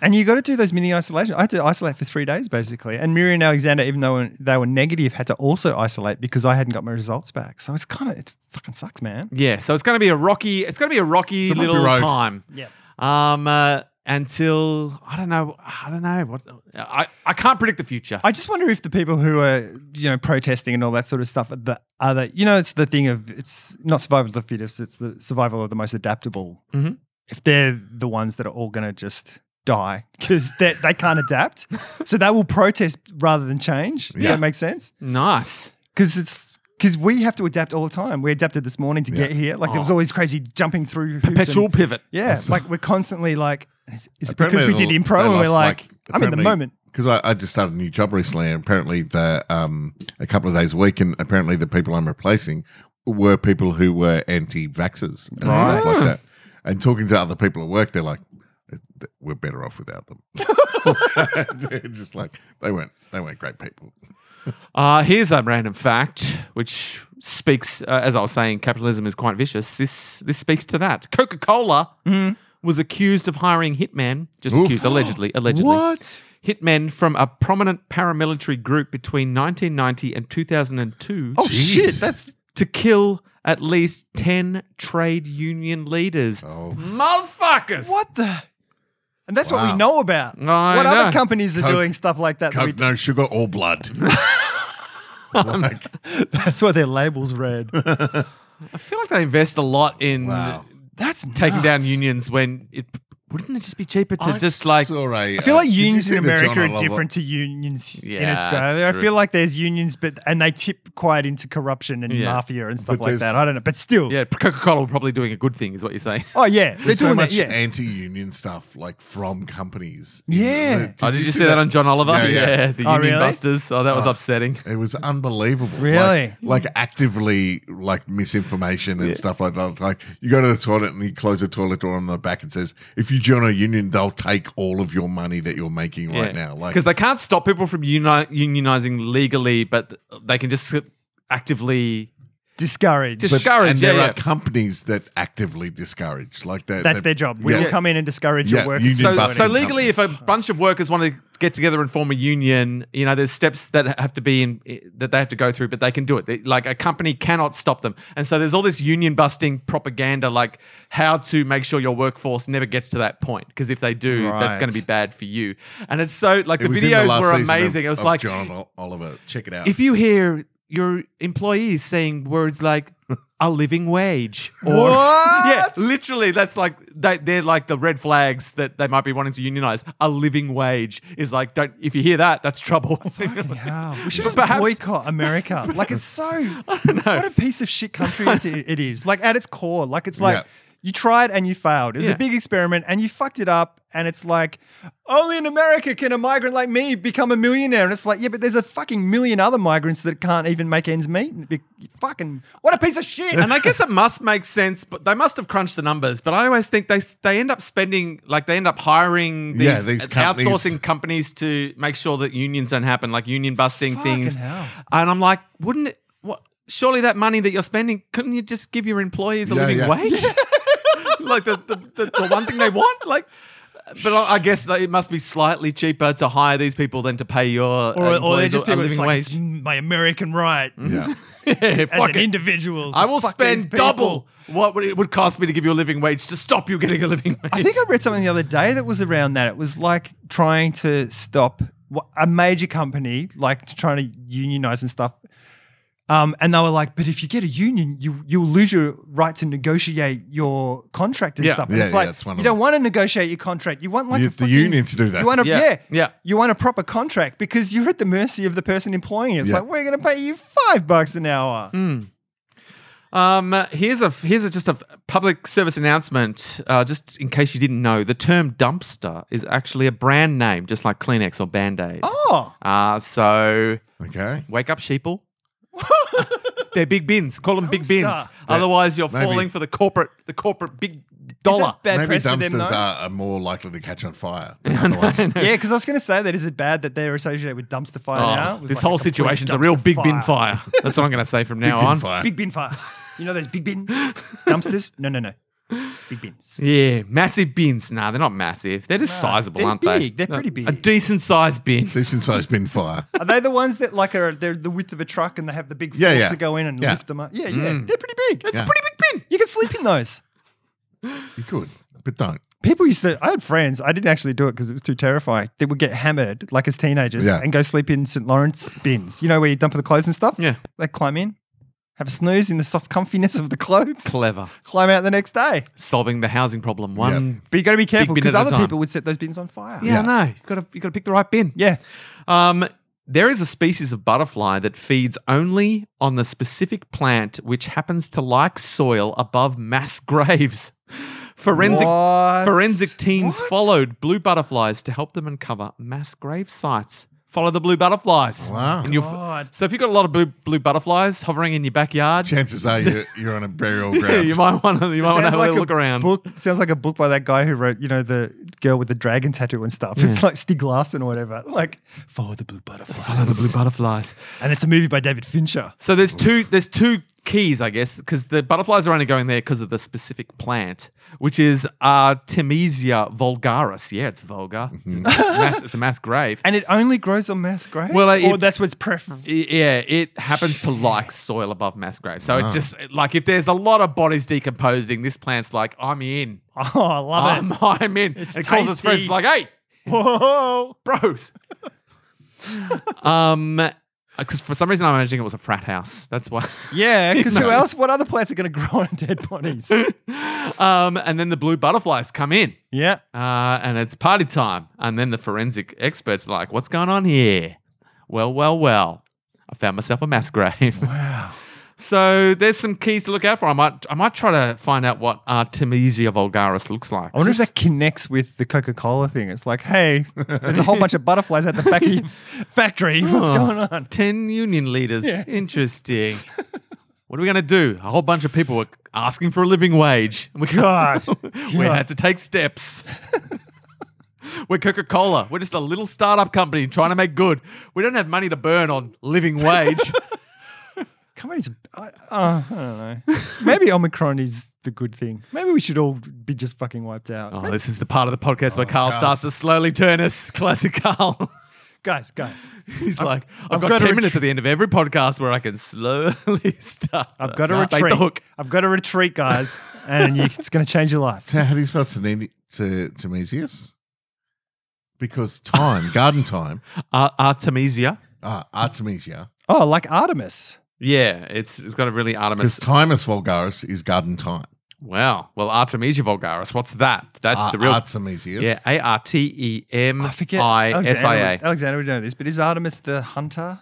S4: and you got to do those mini isolation. I had to isolate for three days basically. And Miriam and Alexander, even though they were negative, had to also isolate because I hadn't got my results back. So it's kind of it fucking sucks, man.
S3: Yeah. So it's going to be a rocky. It's going to be a rocky
S1: It's a bumpy
S3: little
S1: road.
S3: time.
S4: Yeah.
S3: Um. Uh, until I don't know. I don't know what. I I can't predict the future.
S4: I just wonder if the people who are you know protesting and all that sort of stuff are the other you know it's the thing of it's not survival of the fittest it's the survival of the most adaptable.
S3: Mhm.
S4: If they're the ones that are all going to just die because they they can't adapt, so they will protest rather than change. Does
S1: Yeah.
S4: that make sense?
S3: nice.
S4: Because it's because we have to adapt all the time. We adapted this morning to
S1: Yeah.
S4: get here. Like it was
S3: Oh.
S4: always crazy jumping through hoops and-
S3: Perpetual pivot.
S4: yeah, like we're constantly like is, is it
S1: Apparently
S4: because we did
S1: they-
S4: improv
S1: they
S4: and we're
S1: lost,
S4: like, I'm in the moment.
S1: Because I, I just started a new job recently, and apparently the um a couple of days a week, and apparently the people I'm replacing were people who were anti-vaxxers and stuff like that. And talking to other people at work, they're like, "We're better off without them." They're just like they weren't they weren't great people.
S3: Uh, here's a random fact, which speaks, uh, as I was saying, capitalism is quite vicious. This this speaks to that. Coca Cola was accused of hiring hitmen, just
S1: Oof.
S3: accused allegedly, allegedly
S4: What?
S3: hitmen from a prominent paramilitary group between 1990 and 2002
S4: Oh
S1: Jeez.
S4: shit, that's
S3: to kill at least 10 trade union leaders.
S1: Oh,
S3: Motherfuckers!
S4: What the? And that's what
S1: Wow.
S4: we know about.
S3: I
S4: what
S3: know.
S4: other companies are
S1: Coke-
S4: doing stuff like that? that we-
S1: Coke, no sugar, all blood. Like,
S4: that's why their labels read.
S3: I feel like they invest a lot in
S1: Wow.
S4: That's
S3: taking down
S4: nuts.
S3: unions when it wouldn't it just be cheaper to
S1: I
S3: just like
S1: saw a-
S4: I feel
S1: uh,
S4: like
S1: did you
S4: unions
S1: see
S4: in
S1: the John
S4: America are
S1: Oliver-
S4: different to unions in
S3: Yeah, that's
S4: Australia. I
S3: true.
S4: feel like there's unions, but and they tip quite into corruption and
S3: Yeah.
S4: mafia and stuff
S1: But
S4: like
S1: there's-
S4: that. I don't know, but still,
S3: Yeah, Coca Cola were probably doing a good thing, is what you're saying.
S4: oh yeah, they're
S1: There's so
S4: doing
S1: much
S4: that. Yeah,
S1: anti-union stuff like from companies.
S4: Yeah.
S3: oh, did you, see that? on John Oliver?
S1: Yeah, yeah.
S3: the
S4: Oh,
S3: Union
S4: really?
S3: Busters. Oh, that was upsetting.
S1: It was unbelievable.
S4: Really?
S1: Like, like actively like misinformation and stuff like that. It's Like you go to the toilet and you close the toilet door on the back and says, if you join a union, they'll take all of your money that you're making right now. Like
S3: because they can't stop people from uni- unionizing legally, but they can just actively.
S4: discouraged.
S3: Just- discourage,
S1: And
S3: yeah,
S1: there
S3: yeah.
S1: are companies that actively discourage. Like that.
S4: that's their job. We
S1: yeah.
S4: will come in and discourage
S1: Yeah,
S4: your
S1: union
S4: workers. from
S3: So,
S4: doing
S1: busting
S4: it.
S3: so legally,
S1: company.
S3: if a bunch of workers want to get together and form a union, you know, there's steps that have to be in that they have to go through, but they can do it. They- like a company cannot stop them, and so there's all this union busting propaganda, like how to make sure your workforce never gets to that point, because if they do, that's
S4: Right.
S3: going to be bad for you. And it's so like
S1: It
S3: the
S1: was in the
S3: videos
S1: last season
S3: were
S1: of-
S3: amazing. it was
S1: of
S3: like
S1: John Ol- Oliver. Check it out.
S3: if you hear your employees saying words like a living wage. Or
S4: What?
S3: yeah, literally, that's like they, they're like the red flags that they might be wanting to unionize. A living wage is like don't if you hear that, that's trouble.
S4: Yeah, we should
S3: But
S4: just
S3: perhaps-
S4: boycott America. Like it's so
S3: don't know.
S4: what a piece of shit country it, it is. Like at its core, like it's like
S1: Yeah.
S4: you tried and you failed. It was
S3: Yeah.
S4: a big experiment and you fucked it up. And it's like only in America can a migrant like me become a millionaire. And it's like yeah, but there's a fucking million other migrants that can't even make ends meet. And be- Fucking what a piece of shit.
S3: and I guess it must make sense, but they must have crunched the numbers. But I always think they they end up spending like they end up hiring these,
S1: Yeah, these companies.
S3: outsourcing companies to make sure that unions don't happen, like union busting
S4: Fucking
S3: things.
S4: hell.
S3: And I'm like, wouldn't it? What? Surely that money that you're spending, couldn't you just give your employees a
S1: Yeah,
S3: living
S1: yeah.
S3: wage? like the, the, the, the one thing they want, like. But I I guess that it must be slightly cheaper to hire these people than to pay your
S4: or, or they're
S3: employees
S4: just
S3: a
S4: people that's
S3: living
S4: like
S3: wage.
S4: it's my American right
S1: Yeah.
S3: Yeah,
S4: as
S3: fuck it.
S4: an individual. to
S3: I will
S4: fuck these
S3: spend
S4: people.
S3: double what would- it would cost me to give you a living wage to stop you getting a living wage.
S4: I think I read something the other day that was around that. It was like trying to stop wh- a major company, like trying to unionize and stuff. Um, and they were like, "But if you get a union, you you'll lose your right to negotiate your contract and
S3: Yeah.
S4: stuff." And
S1: Yeah,
S4: it's
S1: yeah,
S4: like
S1: it's one
S4: you
S1: of
S4: don't
S1: them.
S4: want to negotiate your contract. You want like
S1: You
S4: a
S1: have the
S4: fucking-
S1: union to do that.
S4: You want a,
S3: Yeah,
S4: yeah,
S3: yeah.
S4: You want a proper contract because you're at the mercy of the person employing you. It's
S1: Yeah. Mm.
S4: like we're going to pay you five bucks an hour.
S3: Um, here's a here's a, just a public service announcement. Uh, just in case you didn't know, the term dumpster is actually a brand name, just like Kleenex or Band Aid.
S4: Oh,
S3: Uh, so
S1: Okay.
S3: wake up, sheeple. They're big bins. Call them big bins.
S4: Dumpster.
S3: Otherwise, you're
S1: Maybe.
S3: falling for the corporate the corporate big dollar.
S4: Is that bad
S1: Maybe
S4: press for them though?
S1: dumpsters are, are more likely to catch on fire. Than other ones.
S4: Yeah, because I was going to say that is it bad that they're associated with dumpster fire
S3: Oh,
S4: now? It was
S3: this
S4: like
S3: whole
S4: complete
S3: situation's a real
S4: dumpster
S3: big bin fire. That's what I'm going to say from now
S1: Bin
S3: on.
S1: fire.
S4: Big bin fire. You know those big bins, dumpsters? No, no, no, big bins.
S3: Yeah, massive bins. Nah, they're not massive. They're just sizable,
S4: they're
S3: aren't
S4: big.
S3: they?
S4: They're pretty
S3: A
S4: big.
S3: decent sized bin.
S1: Decent sized bin fire.
S4: Are they the ones that like are they're the width of a truck and they have the big forks
S1: Yeah, yeah.
S4: that go in and
S1: Yeah. Mm.
S4: lift them up? Yeah, yeah, they're pretty big.
S3: That's
S1: Yeah.
S3: a pretty big bin.
S4: You can sleep in those.
S1: You could, but don't.
S4: People used to. I had friends. I didn't actually do it because it was too terrifying. They would get hammered, like as teenagers,
S1: Yeah.
S4: and go sleep in St Lawrence bins. You know where you dump the clothes and stuff.
S3: Yeah.
S4: they climb in, have a snooze in the soft comfiness of the clothes,
S3: Clever.
S4: climb out the next day.
S3: Solving the housing problem. One.
S4: But you got to be careful
S3: bin
S4: because
S3: at a
S4: other
S3: time.
S4: people would set those bins on fire.
S3: Yeah, no. You've got to you've got to pick the right bin.
S4: Yeah.
S3: Um, there is a species of butterfly that feeds only on the specific plant which happens to like soil above mass graves. Forensic
S4: What?
S3: Forensic teams
S4: What?
S3: followed blue butterflies to help them uncover mass grave sites. Follow the blue butterflies.
S1: Wow.
S3: And you'll f-
S4: God.
S3: so if you've got a lot of blue, blue butterflies hovering in your backyard,
S1: Chances are you're, you're on a burial
S3: yeah,
S1: ground.
S3: you might want to you might want to
S4: Sounds
S3: have
S4: like
S3: a little Oh, look around.
S4: Book sounds like a book by that guy who wrote, you know, the girl with the dragon tattoo and stuff. It's like Stig Larsson or whatever. Like follow the blue butterfly.
S3: Follow the blue butterflies.
S4: and it's a movie by David Fincher.
S3: So there's two there's two keys, I guess, because the butterflies are only going there because of the specific plant, which is Artemisia vulgaris. Yeah, it's vulgar. It's, a mass, it's a mass grave.
S4: Mm-hmm. And it only grows on mass graves.
S3: Well, uh,
S4: or
S3: it-
S4: that's what's preferable.
S3: I- Yeah, it happens to like soil above mass graves. So
S4: Ah.
S3: it's just like if there's a lot of bodies decomposing, this plant's like, I'm in.
S4: Oh, I love
S3: I'm,
S4: it.
S3: I'm in.
S4: It's
S3: it calls its friends
S4: tasty.
S3: like, hey,
S4: Whoa.
S3: bros. um, because for some reason I'm imagining it was a frat house. That's why.
S4: Yeah, because
S3: No.
S4: who else? What other plants are going to grow on dead bodies?
S3: um, and then the blue butterflies come in.
S4: yeah.
S3: Uh, and it's party time. And then the forensic experts are like, what's going on here? Well, well, well. I found myself a mass grave.
S4: Wow.
S3: So there's some keys to look out for. I might I might try to find out what Artemisia vulgaris looks like.
S4: I wonder if that connects with the Coca Cola thing. It's like, hey, there's a whole bunch of butterflies at the back of your factory. What's
S3: Oh.
S4: going on?
S3: ten union leaders.
S4: Yeah.
S3: Interesting. what are we gonna do? A whole bunch of people were asking for a living wage. And we
S4: God.
S3: we
S4: God.
S3: had to take steps. We're Coca Cola. We're just a little startup company trying to make good. We don't have money to burn on living wage.
S4: Companies, I, uh, I don't know. Maybe Omicron is the good thing. Maybe we should all be just fucking wiped out.
S3: oh, this is the part of the podcast where Carl starts to slowly turn us. Classic Carl.
S4: Guys, guys,
S3: He's like, I've,
S4: I've
S3: got,
S4: got to
S3: 10 minutes
S4: retreat.
S3: at the end of every podcast where I can slowly start.
S4: I've got to
S3: bait
S4: retreat.
S3: The hook.
S4: I've got to retreat, guys, and you, it's going to change your life.
S1: So how do you spell Tenedi- to Temesius? Because time, garden time,
S3: Ar- Artemisia.
S1: uh, Artemisia.
S4: Oh, like Artemis.
S3: Yeah, it's it's got a really
S1: Because
S3: Artemis.
S1: Timus vulgaris is garden time.
S3: Wow. Well, Artemisia vulgaris. What's that? That's
S1: Ar-
S3: the real.
S1: Artemisius.
S3: Yeah, A R T E M
S4: I forget. Oh,
S3: I S I
S4: Alexander,
S3: A.
S4: would- Alexander would know this, but is Artemis the hunter?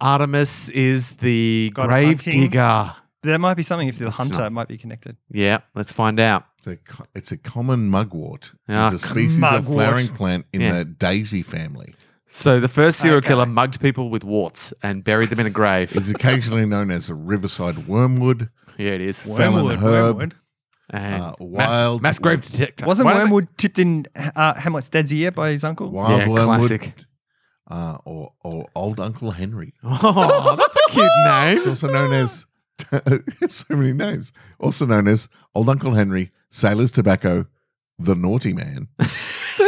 S3: Artemis is the
S4: God of
S3: grave
S4: hunting.
S3: digger.
S4: There might be something if the hunter
S3: not-
S4: might be connected.
S3: Yeah, let's find out.
S1: The co- it's a common mugwort.
S3: Ah,
S1: it's a species of
S4: mugwort.
S1: flowering plant in
S3: Yeah.
S1: the daisy family.
S3: So the first serial
S4: Okay.
S3: killer mugged people with warts and buried them in a grave.
S1: It's occasionally known as a riverside wormwood,
S3: yeah, it is.
S1: Fallon herb.
S3: And
S1: Uh,
S3: mass-
S1: wild-
S3: mass, grave detector.
S4: Wasn't
S3: Why don't
S4: Wormwood tipped in uh, Hamlet's dad's ear by his uncle?
S1: wild
S3: Yeah,
S1: wormwood,
S3: classic.
S1: Uh, or, or old Uncle Henry.
S3: they- Oh, that's a cute
S1: It's
S3: name.
S1: also known as so many names. Also known as old Uncle Henry, Sailor's Tobacco, the Naughty Man,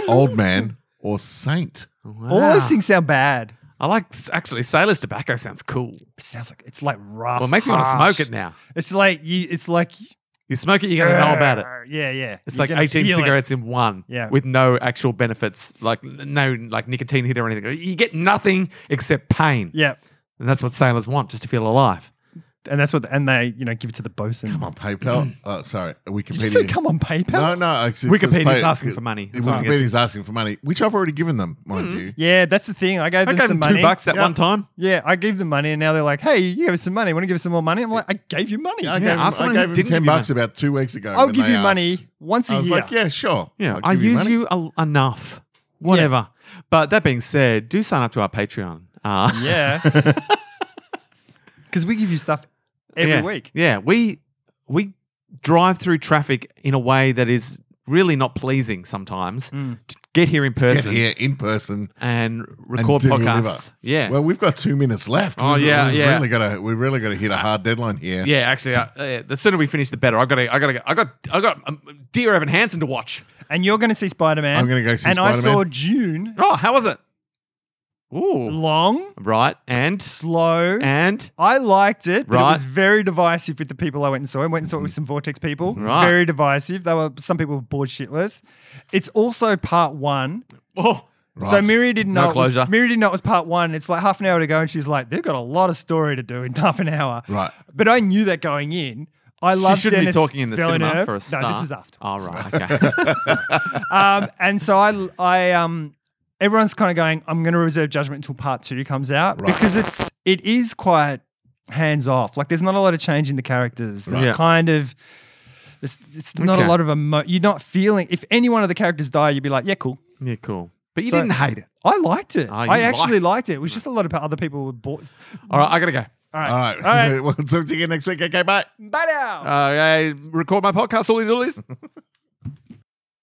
S1: Old Man, or Saint.
S4: All
S3: Wow.
S4: those things sound bad.
S3: I like actually sailor's tobacco sounds cool.
S4: It sounds like it's like rough.
S3: Well, it makes me want to
S4: Ah, harsh.
S3: smoke it now.
S4: It's like you. It's like
S3: You smoke it, you're gonna know about it.
S4: Yeah, yeah.
S3: It's
S4: You're
S3: like
S4: gonna
S3: 18
S4: feel it.
S3: cigarettes in one,
S4: Yeah.
S3: with no actual benefits, like n- no like nicotine hit or anything. You get nothing except pain,
S4: Yeah,
S3: and that's what sailors want, just to feel alive.
S4: and that's what. And they you know give it to the bosun.
S1: Come on,
S3: Mm.
S1: PayPal. Oh, sorry, Wikipedia.
S4: Did you say come on PayPal?
S1: No, no. Actually, 'cause
S3: Wikipedia's
S1: pay-
S3: asking for money. That's what I'm guessing. Mm.
S1: Wikipedia's asking for money, which I've already given them, mind you.
S4: Yeah, that's the thing. I gave
S3: I
S4: them
S3: gave
S4: some
S3: them
S4: money.
S3: two bucks that
S4: yeah.
S3: one time.
S4: Yeah, I gave them money, and now they're like, "Hey, you gave us some money. Want to give us some more money?" I'm like, "I gave you money.
S1: I gave
S3: Yeah,
S1: him,
S3: ask
S1: I
S3: someone who
S1: gave him
S3: didn't give
S1: ten
S3: you
S1: bucks about two weeks ago.
S4: I'll
S1: when
S4: give
S1: they
S4: you
S1: asked.
S4: money once a
S1: I was
S4: year."
S1: like, yeah, sure.
S3: Yeah,
S1: I'll
S3: I
S1: give you
S3: use
S1: money.
S3: you el- enough. Whatever. But that being said, do sign up to our Patreon. Uh,
S4: Yeah. Because we give you stuff every
S3: yeah.
S4: week.
S3: Yeah, we we drive through traffic in a way that is really not pleasing sometimes. To get here in
S1: Mm. Get
S3: person
S1: here in person.
S3: and record
S1: deliver.
S3: podcasts. Yeah.
S1: Well, we've got two minutes left.
S3: Oh,
S1: We've-
S3: yeah,
S1: we've
S3: yeah. Uh,
S1: Really gotta, we really got to hit a hard deadline here.
S3: yeah, actually, uh, uh, the sooner we finish, the better. I got, to I got, to I got, I got um, Dear Evan Hansen to watch.
S4: And you're going to see Spider Man.
S1: I'm gonna go see
S4: And I
S1: Spider-Man.
S4: saw June
S3: Oh, how was it? Ooh,
S4: long,
S3: right, and
S4: slow.
S3: and
S4: I liked it, but
S3: Right.
S4: it was very divisive with the people I went and saw. I went and saw it with some Vortex people.
S3: Right.
S4: Very divisive. They were some people were bored shitless. It's also part one.
S3: oh,
S4: So
S1: Right.
S4: Miri didn't
S3: No
S4: know. it was-
S3: closure.
S4: Miri didn't know it was part one. It's like half an hour to go, and she's like, "They've got a lot of story to do in half an hour."
S1: Right.
S4: But I knew that going in. I love
S3: shouldn't
S4: Dennis
S3: be talking in the cinema
S4: Villeneuve.
S3: for a start.
S4: No, this is after.
S3: All right, okay.
S4: um, and so I, I, um, everyone's kind of going, I'm going to reserve judgment until part two comes out
S1: Right.
S4: because it's, it is quite hands off. Like there's not a lot of change in the characters. It's
S3: Yeah.
S4: kind of, it's, it's not
S3: Okay.
S4: a lot of emo- You're not feeling, if any one of the characters die, you'd be like, yeah, cool.
S3: yeah, cool. But you
S4: So-
S3: didn't hate it.
S4: I liked it.
S3: Ah, you
S4: I actually
S3: liked it.
S4: liked. it. It was just a lot of other people were bought.
S3: All right, I gotta go.
S1: All
S4: All
S1: right.
S4: right. All right.
S1: we'll talk to you again next week. Okay, bye.
S4: Bye now.
S3: Uh, I record my podcast, all you do is.